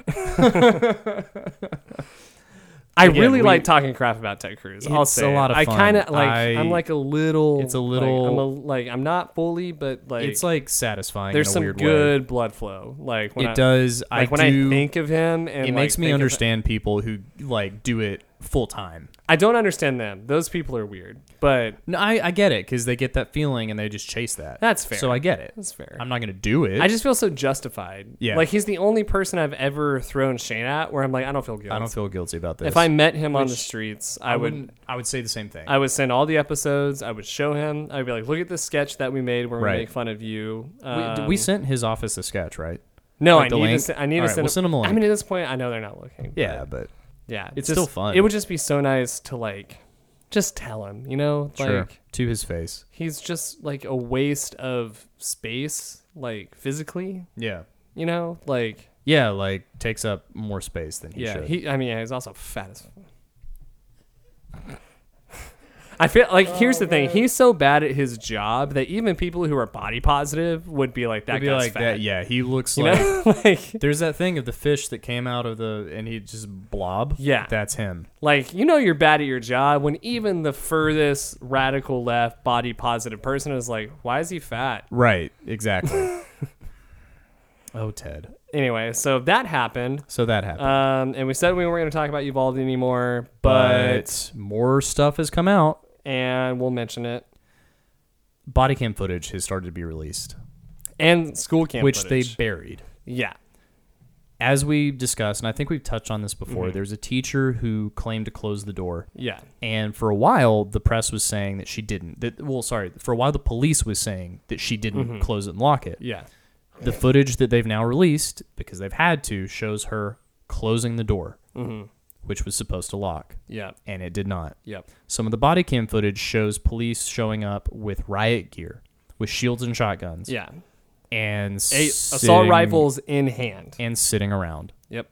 [SPEAKER 2] i
[SPEAKER 3] Again,
[SPEAKER 2] really
[SPEAKER 3] we-
[SPEAKER 2] like talking crap about ted cruz i'll
[SPEAKER 3] It's a
[SPEAKER 2] say it.
[SPEAKER 3] lot of
[SPEAKER 2] i
[SPEAKER 3] fun.
[SPEAKER 2] kind of like
[SPEAKER 3] I-
[SPEAKER 2] i'm like a little
[SPEAKER 3] It's a
[SPEAKER 2] like,
[SPEAKER 3] little-
[SPEAKER 2] I'm a, like i'm not fully but like
[SPEAKER 3] it's like satisfying.
[SPEAKER 2] there's
[SPEAKER 3] in a
[SPEAKER 2] some
[SPEAKER 3] weird Way.
[SPEAKER 2] good blood flow. Like when
[SPEAKER 3] It
[SPEAKER 2] I,
[SPEAKER 3] does.
[SPEAKER 2] Like
[SPEAKER 3] I
[SPEAKER 2] when
[SPEAKER 3] do.
[SPEAKER 2] I think of him, and
[SPEAKER 3] it
[SPEAKER 2] like,
[SPEAKER 3] makes me
[SPEAKER 2] think of-
[SPEAKER 3] understand people who like do it full time.
[SPEAKER 2] I don't understand them. Those people are weird, but
[SPEAKER 3] No, I, I get it because they get that feeling and they just chase that.
[SPEAKER 2] That's fair.
[SPEAKER 3] So I get it.
[SPEAKER 2] that's fair.
[SPEAKER 3] I'm not gonna do it.
[SPEAKER 2] I just feel so justified.
[SPEAKER 3] Yeah.
[SPEAKER 2] Like he's the only person I've ever thrown shade at where I'm like, I don't feel guilty.
[SPEAKER 3] I don't feel guilty about this.
[SPEAKER 2] if I met him on the
[SPEAKER 3] Which
[SPEAKER 2] streets,
[SPEAKER 3] I
[SPEAKER 2] I would.
[SPEAKER 3] wouldn't. I would say the same thing.
[SPEAKER 2] I would send all the episodes. I would show him. I'd be like, "Look at this sketch that we made where we
[SPEAKER 3] Right.
[SPEAKER 2] make fun of you."
[SPEAKER 3] we, d-
[SPEAKER 2] Um,
[SPEAKER 3] we sent his office a sketch, right?
[SPEAKER 2] no,
[SPEAKER 3] like
[SPEAKER 2] I
[SPEAKER 3] the
[SPEAKER 2] need, to,
[SPEAKER 3] link?
[SPEAKER 2] sen- I need
[SPEAKER 3] All
[SPEAKER 2] to
[SPEAKER 3] right,
[SPEAKER 2] send.
[SPEAKER 3] we'll send him a
[SPEAKER 2] I
[SPEAKER 3] link.
[SPEAKER 2] mean, at this point, I know they're not looking. but-
[SPEAKER 3] Yeah, but
[SPEAKER 2] yeah,
[SPEAKER 3] It's
[SPEAKER 2] just-
[SPEAKER 3] still fun.
[SPEAKER 2] It would just be so nice to like, just tell him, you know, like
[SPEAKER 3] sure. to his face.
[SPEAKER 2] he's just like a waste of space, like physically,
[SPEAKER 3] Yeah.
[SPEAKER 2] you know, like
[SPEAKER 3] Yeah, like takes up more space than he
[SPEAKER 2] yeah,
[SPEAKER 3] should.
[SPEAKER 2] he. I mean, yeah, he's also fat as. f- I feel like here's the thing. He's so bad at his job that even people who are body positive would be like that
[SPEAKER 3] It'd be
[SPEAKER 2] guy's
[SPEAKER 3] like
[SPEAKER 2] fat.
[SPEAKER 3] that. Yeah, he looks
[SPEAKER 2] You
[SPEAKER 3] like
[SPEAKER 2] know, like
[SPEAKER 3] there's that thing of the fish that came out of the and he just blob.
[SPEAKER 2] Yeah.
[SPEAKER 3] that's him.
[SPEAKER 2] Like, you know, you're bad at your job when even the furthest radical left body positive person is like, why is he fat?
[SPEAKER 3] Right, exactly. oh, Ted. Uh,
[SPEAKER 2] Anyway, so that happened.
[SPEAKER 3] So that happened.
[SPEAKER 2] Um, and we said we weren't going to talk about Uvalde anymore, but,
[SPEAKER 3] but more stuff has come out.
[SPEAKER 2] and we'll mention it.
[SPEAKER 3] Body cam footage has started to be released,
[SPEAKER 2] And school camp,
[SPEAKER 3] which
[SPEAKER 2] footage.
[SPEAKER 3] they buried.
[SPEAKER 2] yeah,
[SPEAKER 3] As we discussed, and I think we've touched on this before, there's a teacher who claimed to close the door.
[SPEAKER 2] yeah,
[SPEAKER 3] And for a while, the press was saying that she didn't. That well, sorry. For a while, the police was saying that she didn't close it and lock it.
[SPEAKER 2] yeah,
[SPEAKER 3] The footage that they've now released, because they've had to, shows her closing the door, which was supposed to lock,
[SPEAKER 2] yeah,
[SPEAKER 3] and it did not.
[SPEAKER 2] yep,
[SPEAKER 3] Some of the body cam footage shows police showing up with riot gear, with shields and shotguns,
[SPEAKER 2] yeah.
[SPEAKER 3] and
[SPEAKER 2] A- assault
[SPEAKER 3] sitting-
[SPEAKER 2] rifles in hand.
[SPEAKER 3] and sitting around.
[SPEAKER 2] Yep.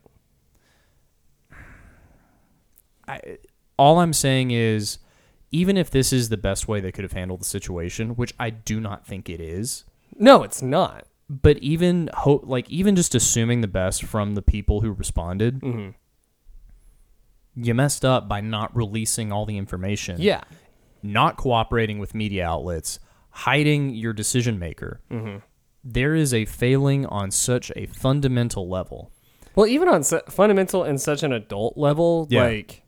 [SPEAKER 3] all I'm saying is, even if this is the best way they could have handled the situation, which I do not think it is,
[SPEAKER 2] No, it's not.
[SPEAKER 3] but even hope, like even just assuming the best from the people who responded, you messed up by not releasing all the information.
[SPEAKER 2] Mm-hmm. Yeah,
[SPEAKER 3] not cooperating with media outlets, hiding your decision maker.
[SPEAKER 2] Mm-hmm.
[SPEAKER 3] There is a failing on such a fundamental level.
[SPEAKER 2] Well, even on su- fundamental and such an adult level,
[SPEAKER 3] Yeah.
[SPEAKER 2] like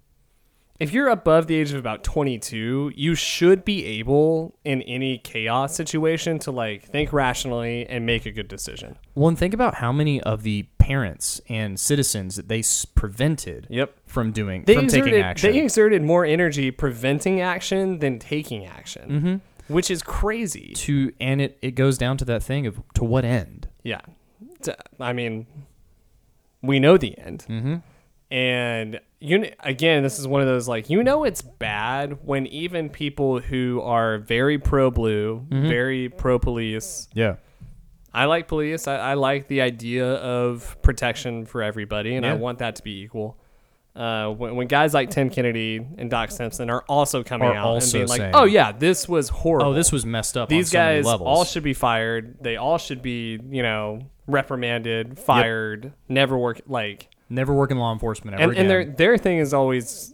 [SPEAKER 2] if you're above the age of about 22, you should be able in any chaos situation to like think rationally and make a good decision.
[SPEAKER 3] Well, and think about how many of the parents and citizens that they s- prevented
[SPEAKER 2] Yep.
[SPEAKER 3] from doing
[SPEAKER 2] They
[SPEAKER 3] from
[SPEAKER 2] exerted,
[SPEAKER 3] taking action.
[SPEAKER 2] They exerted more energy preventing action than taking action, mm-hmm. which is crazy.
[SPEAKER 3] to and it, it goes down to that thing of to what end?
[SPEAKER 2] Yeah. T- I mean, we know the end. Mm-hmm. And you kn- again, this is one of those like you know it's bad when even people who are very pro blue,
[SPEAKER 3] Mm-hmm.
[SPEAKER 2] very pro police.
[SPEAKER 3] Yeah.
[SPEAKER 2] I like police. I, I like the idea of protection for everybody, and I
[SPEAKER 3] Yeah.
[SPEAKER 2] want that to be equal. Uh, when, when guys like Tim Kennedy and Doc Simpson are also coming
[SPEAKER 3] Are
[SPEAKER 2] out
[SPEAKER 3] also
[SPEAKER 2] and being
[SPEAKER 3] saying-
[SPEAKER 2] like, "Oh yeah, this was horrible.
[SPEAKER 3] Oh, this was messed up.
[SPEAKER 2] These
[SPEAKER 3] on so many
[SPEAKER 2] guys
[SPEAKER 3] levels.
[SPEAKER 2] all should be fired. They all should be, you know, reprimanded, fired, never work like
[SPEAKER 3] never work in law enforcement ever
[SPEAKER 2] and,
[SPEAKER 3] again.
[SPEAKER 2] and their their thing is always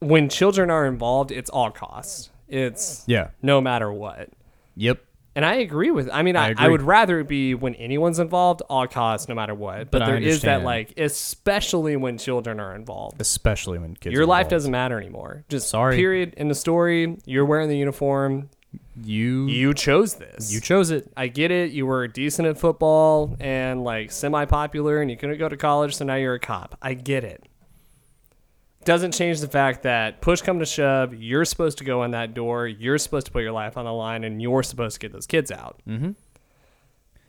[SPEAKER 2] when children are involved, it's all costs. It's
[SPEAKER 3] yeah.
[SPEAKER 2] no matter what.
[SPEAKER 3] Yep.
[SPEAKER 2] And I agree with I mean
[SPEAKER 3] I
[SPEAKER 2] I, I,
[SPEAKER 3] agree.
[SPEAKER 2] would rather it be when anyone's involved, all costs, no matter what. But,
[SPEAKER 3] But I
[SPEAKER 2] there is that
[SPEAKER 3] understand.
[SPEAKER 2] like especially when children are involved.
[SPEAKER 3] Especially when kids.
[SPEAKER 2] Your
[SPEAKER 3] are
[SPEAKER 2] life
[SPEAKER 3] involved.
[SPEAKER 2] doesn't matter anymore. Just
[SPEAKER 3] Sorry.
[SPEAKER 2] period in the story. You're wearing the uniform.
[SPEAKER 3] You Mm. you,
[SPEAKER 2] You chose this.
[SPEAKER 3] chose it.
[SPEAKER 2] I get it. You were decent at football and like semi popular and you couldn't go to college, so now you're a cop. I get it. Doesn't change the fact that push come to shove, you're supposed to go in that door, you're supposed to put your life on the line, and you're supposed to get those kids out. Mm-hmm.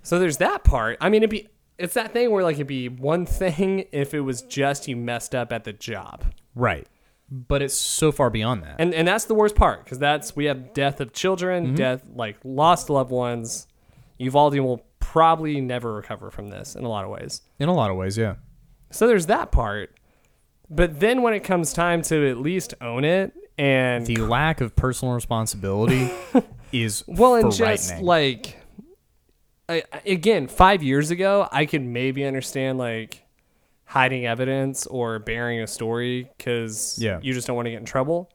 [SPEAKER 2] So there's that part. I mean, it'd be it's that thing where like it'd be one thing if it was just you messed up at the job,
[SPEAKER 3] Right. But it's so far beyond that.
[SPEAKER 2] and and that's the worst part because that's we have death of children, death like lost loved ones. Uvalde will probably never recover from this in a lot of ways.
[SPEAKER 3] In a lot of ways, yeah.
[SPEAKER 2] So there's that part. But then when it comes time to at least own it and
[SPEAKER 3] The lack of personal responsibility is
[SPEAKER 2] well and
[SPEAKER 3] frightening.
[SPEAKER 2] just like I, I- again, 5 years ago, I could maybe understand like hiding evidence or burying a story cuz
[SPEAKER 3] Yeah.
[SPEAKER 2] you just don't want to get in trouble.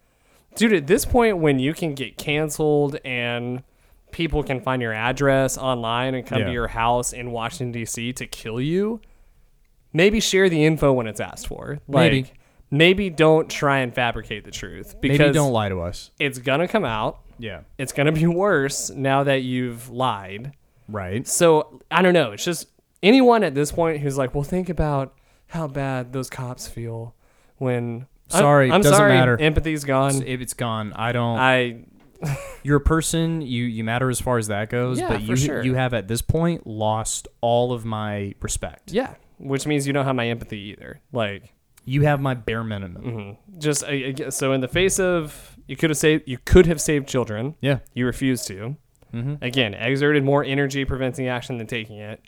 [SPEAKER 2] Dude, at this point when you can get canceled and people can find your address online and come
[SPEAKER 3] Yeah.
[SPEAKER 2] to your house in Washington D.C. to kill you, maybe share the info when it's asked for. Like
[SPEAKER 3] Maybe.
[SPEAKER 2] maybe, don't try and fabricate the truth because
[SPEAKER 3] maybe don't lie to us.
[SPEAKER 2] it's going to come out.
[SPEAKER 3] Yeah.
[SPEAKER 2] It's going to be worse now that you've lied.
[SPEAKER 3] Right.
[SPEAKER 2] So I don't know. It's just anyone at this point who's like, well, think about how bad those cops feel when. I'm-
[SPEAKER 3] Sorry,
[SPEAKER 2] I'm,
[SPEAKER 3] doesn't
[SPEAKER 2] sorry.
[SPEAKER 3] matter.
[SPEAKER 2] Empathy's
[SPEAKER 3] It's-
[SPEAKER 2] gone.
[SPEAKER 3] If it's gone, I don't.
[SPEAKER 2] I
[SPEAKER 3] you're a person. You you matter as far as that goes.
[SPEAKER 2] Yeah,
[SPEAKER 3] but
[SPEAKER 2] for
[SPEAKER 3] you
[SPEAKER 2] sure.
[SPEAKER 3] you have at this point lost all of my respect.
[SPEAKER 2] yeah, which means you don't have my empathy either. Like
[SPEAKER 3] You have my bare minimum.
[SPEAKER 2] Mm-hmm. just I, I guess- so in the face of you could have saved you could have saved children.
[SPEAKER 3] Yeah.
[SPEAKER 2] You refused to.
[SPEAKER 3] Mm-hmm.
[SPEAKER 2] Again, exerted more energy preventing action than taking it.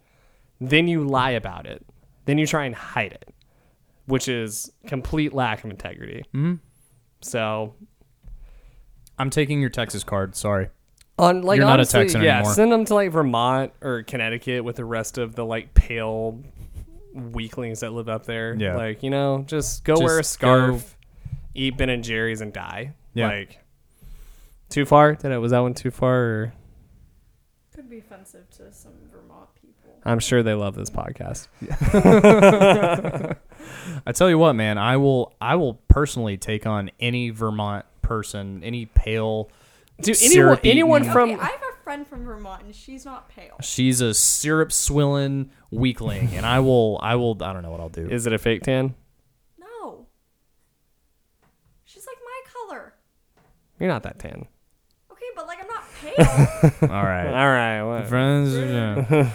[SPEAKER 2] Then you lie about it. Then you try and hide it, which is complete lack of integrity. Mm-hmm. So
[SPEAKER 3] I'm taking your Texas card. Sorry.
[SPEAKER 2] on like
[SPEAKER 3] You're not a
[SPEAKER 2] honestly,
[SPEAKER 3] Texan
[SPEAKER 2] yeah,
[SPEAKER 3] anymore.
[SPEAKER 2] send them to like Vermont or Connecticut with the rest of the like pale weaklings that live up there.
[SPEAKER 3] Yeah.
[SPEAKER 2] like you know, just go
[SPEAKER 3] Just
[SPEAKER 2] wear
[SPEAKER 3] go-
[SPEAKER 2] a scarf, eat Ben and Jerry's, and die.
[SPEAKER 3] Yeah.
[SPEAKER 2] like too far. Did I was that one too far? Or?
[SPEAKER 4] Could be offensive to some Vermont people.
[SPEAKER 2] I'm sure they love this podcast.
[SPEAKER 3] I tell you what, man. I will I will personally take on any Vermont person, any pale.
[SPEAKER 2] Dude, anyone,
[SPEAKER 3] Syrupy
[SPEAKER 2] anyone
[SPEAKER 3] eating.
[SPEAKER 2] from
[SPEAKER 4] okay, I have a friend from Vermont and she's not pale.
[SPEAKER 3] She's a syrup swilling weakling, and I will I will I don't know what I'll do.
[SPEAKER 2] is it a fake tan?
[SPEAKER 4] No. She's like my color.
[SPEAKER 2] You're not that tan.
[SPEAKER 4] Okay, but like I'm not pale.
[SPEAKER 3] all
[SPEAKER 2] All
[SPEAKER 3] right.
[SPEAKER 2] right. well,
[SPEAKER 3] Friends, yeah.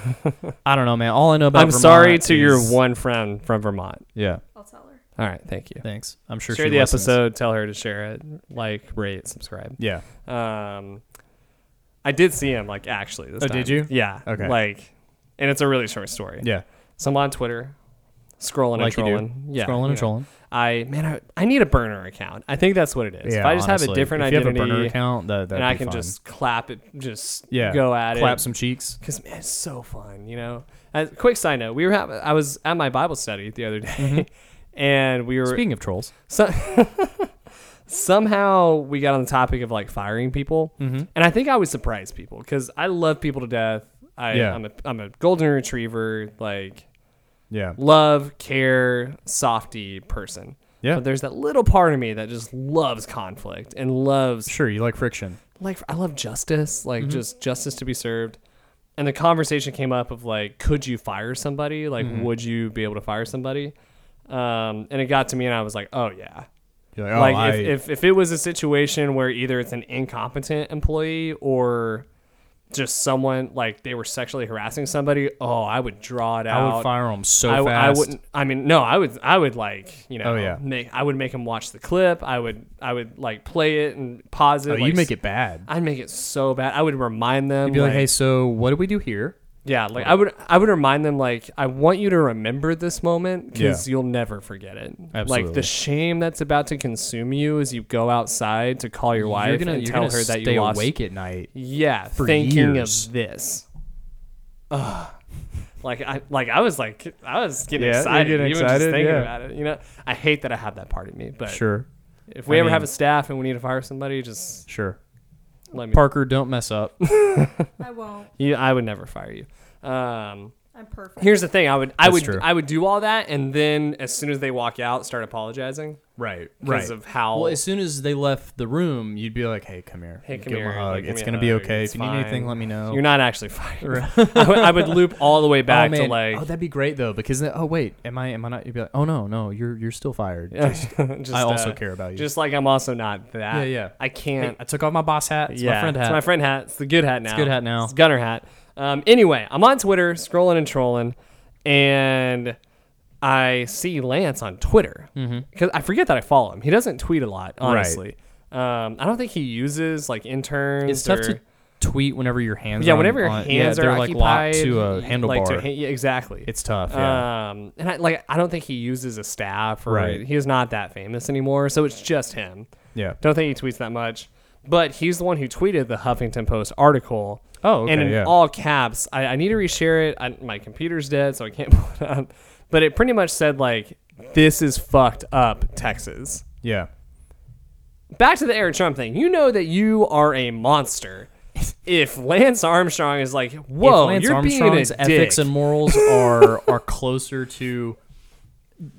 [SPEAKER 3] I don't know, man. All I know about
[SPEAKER 2] I'm sorry
[SPEAKER 3] Vermont
[SPEAKER 2] to your
[SPEAKER 3] is-
[SPEAKER 2] one friend from Vermont.
[SPEAKER 3] Yeah,
[SPEAKER 4] I'll tell her.
[SPEAKER 2] All right. Thank you.
[SPEAKER 3] thanks. I'm sure
[SPEAKER 2] share
[SPEAKER 3] she
[SPEAKER 2] the
[SPEAKER 3] listens.
[SPEAKER 2] episode. Tell her to share it. Like, rate, subscribe.
[SPEAKER 3] Yeah,
[SPEAKER 2] Um, I did see him like actually this
[SPEAKER 3] Oh,
[SPEAKER 2] time.
[SPEAKER 3] did you?
[SPEAKER 2] Yeah.
[SPEAKER 3] Okay.
[SPEAKER 2] Like, and it's a really short story.
[SPEAKER 3] yeah.
[SPEAKER 2] So I'm on Twitter, scrolling and
[SPEAKER 3] Like you do.
[SPEAKER 2] trolling. Yeah.
[SPEAKER 3] Scrolling
[SPEAKER 2] you know.
[SPEAKER 3] and trolling.
[SPEAKER 2] I man, I, I need a burner account. I think that's what it is.
[SPEAKER 3] Yeah,
[SPEAKER 2] if I just have a
[SPEAKER 3] honestly.
[SPEAKER 2] different
[SPEAKER 3] if
[SPEAKER 2] identity,
[SPEAKER 3] you have a burner account, that that'd
[SPEAKER 2] and I
[SPEAKER 3] be
[SPEAKER 2] can
[SPEAKER 3] fun.
[SPEAKER 2] just clap it, just
[SPEAKER 3] yeah
[SPEAKER 2] go at
[SPEAKER 3] clap
[SPEAKER 2] it,
[SPEAKER 3] some cheeks.
[SPEAKER 2] because man, it's so fun, you know. Uh, quick side note: we were ha- I was at my Bible study the other day,
[SPEAKER 3] Mm-hmm.
[SPEAKER 2] and we were
[SPEAKER 3] Speaking of trolls,
[SPEAKER 2] so- somehow we got on the topic of like firing people,
[SPEAKER 3] Mm-hmm.
[SPEAKER 2] and I think I would surprise people because I love people to death. I,
[SPEAKER 3] Yeah.
[SPEAKER 2] I'm a I'm a golden retriever, like
[SPEAKER 3] yeah,
[SPEAKER 2] love, care, softy person.
[SPEAKER 3] Yeah.
[SPEAKER 2] But there's that little part of me that just loves conflict and loves
[SPEAKER 3] Sure, you like friction.
[SPEAKER 2] like I love justice,
[SPEAKER 3] Mm-hmm.
[SPEAKER 2] like just justice to be served. And the conversation came up of like, could you fire somebody? Like,
[SPEAKER 3] Mm-hmm.
[SPEAKER 2] would you be able to fire somebody? Um, and it got to me, and I was like, oh yeah.
[SPEAKER 3] You're like, oh,
[SPEAKER 2] like
[SPEAKER 3] I,
[SPEAKER 2] if, if if it was a situation where either it's an incompetent employee or just someone like they were sexually harassing somebody, oh, I would draw it
[SPEAKER 3] I
[SPEAKER 2] out.
[SPEAKER 3] would fire them so
[SPEAKER 2] I, w- I
[SPEAKER 3] fast.
[SPEAKER 2] wouldn't. I mean, no. I would. I would like you know.
[SPEAKER 3] Oh, yeah.
[SPEAKER 2] Make. I would make him watch the clip. I would. I would like play it and pause it.
[SPEAKER 3] Oh,
[SPEAKER 2] like,
[SPEAKER 3] you'd make it bad.
[SPEAKER 2] I'd make it so bad. I would remind them.
[SPEAKER 3] You'd be like, hey, so what do we do here?
[SPEAKER 2] yeah, like I would. I would remind them like, I want you to remember this moment because
[SPEAKER 3] Yeah.
[SPEAKER 2] you'll never forget it. Like
[SPEAKER 3] Absolutely.
[SPEAKER 2] the shame that's about to consume you as you go outside to call your wife
[SPEAKER 3] you're gonna,
[SPEAKER 2] and
[SPEAKER 3] you're
[SPEAKER 2] tell
[SPEAKER 3] gonna
[SPEAKER 2] her that
[SPEAKER 3] stay
[SPEAKER 2] you lost.
[SPEAKER 3] awake at night.
[SPEAKER 2] Yeah,
[SPEAKER 3] for
[SPEAKER 2] thinking
[SPEAKER 3] years.
[SPEAKER 2] of this. Ugh. Like I like I was like I was getting
[SPEAKER 3] Yeah, you're
[SPEAKER 2] excited
[SPEAKER 3] getting
[SPEAKER 2] even
[SPEAKER 3] excited,
[SPEAKER 2] just thinking
[SPEAKER 3] yeah.
[SPEAKER 2] about it. You know, I hate that I have that part of me, but
[SPEAKER 3] Sure,
[SPEAKER 2] if we
[SPEAKER 3] I
[SPEAKER 2] ever have
[SPEAKER 3] mean-
[SPEAKER 2] a staff and we need to fire somebody, just
[SPEAKER 3] sure.
[SPEAKER 2] let me.
[SPEAKER 3] Parker, don't mess up.
[SPEAKER 4] I won't.
[SPEAKER 2] You, I would never fire you. Um,
[SPEAKER 4] I'm perfect.
[SPEAKER 2] here's the thing: I would, I
[SPEAKER 3] That's
[SPEAKER 2] would,
[SPEAKER 3] true.
[SPEAKER 2] I would do all that, and then as soon as they walk out, start apologizing
[SPEAKER 3] right,
[SPEAKER 2] because of how.
[SPEAKER 3] Well, as soon as they left the room, you'd be like, "Hey, come here.
[SPEAKER 2] Hey,
[SPEAKER 3] Give
[SPEAKER 2] come
[SPEAKER 3] 'em a
[SPEAKER 2] here.
[SPEAKER 3] hug.
[SPEAKER 2] Like, give
[SPEAKER 3] it's
[SPEAKER 2] me a
[SPEAKER 3] gonna be
[SPEAKER 2] hug.
[SPEAKER 3] okay.
[SPEAKER 2] It's
[SPEAKER 3] if you need anything,
[SPEAKER 2] fine.
[SPEAKER 3] let me know."
[SPEAKER 2] you're not actually fired. I, would, I would loop all the way back
[SPEAKER 3] oh,
[SPEAKER 2] to
[SPEAKER 3] man.
[SPEAKER 2] like.
[SPEAKER 3] oh, that'd be great though, because then, oh wait, am I am I not? You'd be like, "Oh no, no, you're you're still fired." Just-
[SPEAKER 2] just,
[SPEAKER 3] I also
[SPEAKER 2] uh,
[SPEAKER 3] care about you.
[SPEAKER 2] Just like I'm also not that.
[SPEAKER 3] Yeah, yeah.
[SPEAKER 2] I can't.
[SPEAKER 3] I took off my boss hat. It's
[SPEAKER 2] yeah,
[SPEAKER 3] my friend hat.
[SPEAKER 2] It's my friend hat. It's the good hat now.
[SPEAKER 3] good hat now.
[SPEAKER 2] It's gunner hat. Um, anyway, I'm on Twitter scrolling and trolling, and I see Lance on Twitter
[SPEAKER 3] Mm-hmm.
[SPEAKER 2] because I forget that I follow him. He doesn't tweet a lot, honestly. Um, I don't think he uses like interns.
[SPEAKER 3] it's tough
[SPEAKER 2] or-
[SPEAKER 3] to tweet whenever your hands.
[SPEAKER 2] yeah,
[SPEAKER 3] are on-
[SPEAKER 2] whenever your
[SPEAKER 3] on-
[SPEAKER 2] hands
[SPEAKER 3] yeah,
[SPEAKER 2] are
[SPEAKER 3] they're like locked
[SPEAKER 2] occupied,
[SPEAKER 3] to a
[SPEAKER 2] you- like,
[SPEAKER 3] handlebar.
[SPEAKER 2] to a hand- yeah, exactly.
[SPEAKER 3] it's tough. Yeah.
[SPEAKER 2] Um, and I like I don't think he uses a staff or
[SPEAKER 3] Right.
[SPEAKER 2] he is not that famous anymore, so it's just him.
[SPEAKER 3] yeah.
[SPEAKER 2] Don't think he tweets that much. But he's the one who tweeted the Huffington Post article.
[SPEAKER 3] Oh, okay,
[SPEAKER 2] And in
[SPEAKER 3] yeah.
[SPEAKER 2] all caps, I, I need to reshare it. I, my computer's dead, so I can't pull it up. But it pretty much said, like, this is fucked up, Texas.
[SPEAKER 3] Yeah.
[SPEAKER 2] Back to the Eric Trump thing. You know that you are a monster. If Lance Armstrong is like, whoa,
[SPEAKER 3] if Lance
[SPEAKER 2] you're
[SPEAKER 3] Armstrong's
[SPEAKER 2] being a
[SPEAKER 3] ethics
[SPEAKER 2] dick.
[SPEAKER 3] and morals are are closer to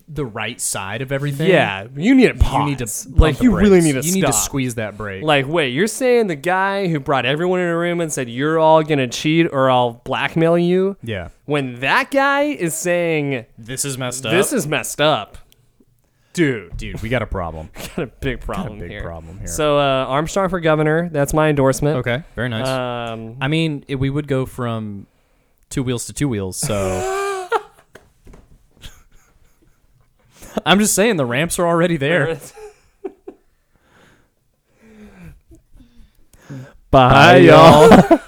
[SPEAKER 3] the right side of everything.
[SPEAKER 2] yeah, you need a pause.
[SPEAKER 3] you need to
[SPEAKER 2] like, you really need to
[SPEAKER 3] you
[SPEAKER 2] stop.
[SPEAKER 3] need to squeeze that break.
[SPEAKER 2] Like, wait, you're saying the guy who brought everyone in a room and said, You're all going to cheat or I'll blackmail you?
[SPEAKER 3] yeah,
[SPEAKER 2] When that guy is saying,
[SPEAKER 3] this is messed up.
[SPEAKER 2] This is messed up, dude,
[SPEAKER 3] dude, we got a problem.
[SPEAKER 2] got a big problem
[SPEAKER 3] big
[SPEAKER 2] here.
[SPEAKER 3] problem here.
[SPEAKER 2] So, uh, Armstrong for governor. That's my endorsement.
[SPEAKER 3] okay, very nice.
[SPEAKER 2] Um,
[SPEAKER 3] Uh, I mean, it, we would go from two wheels to two wheels. So I'm just saying the ramps are already there. Bye, y'all.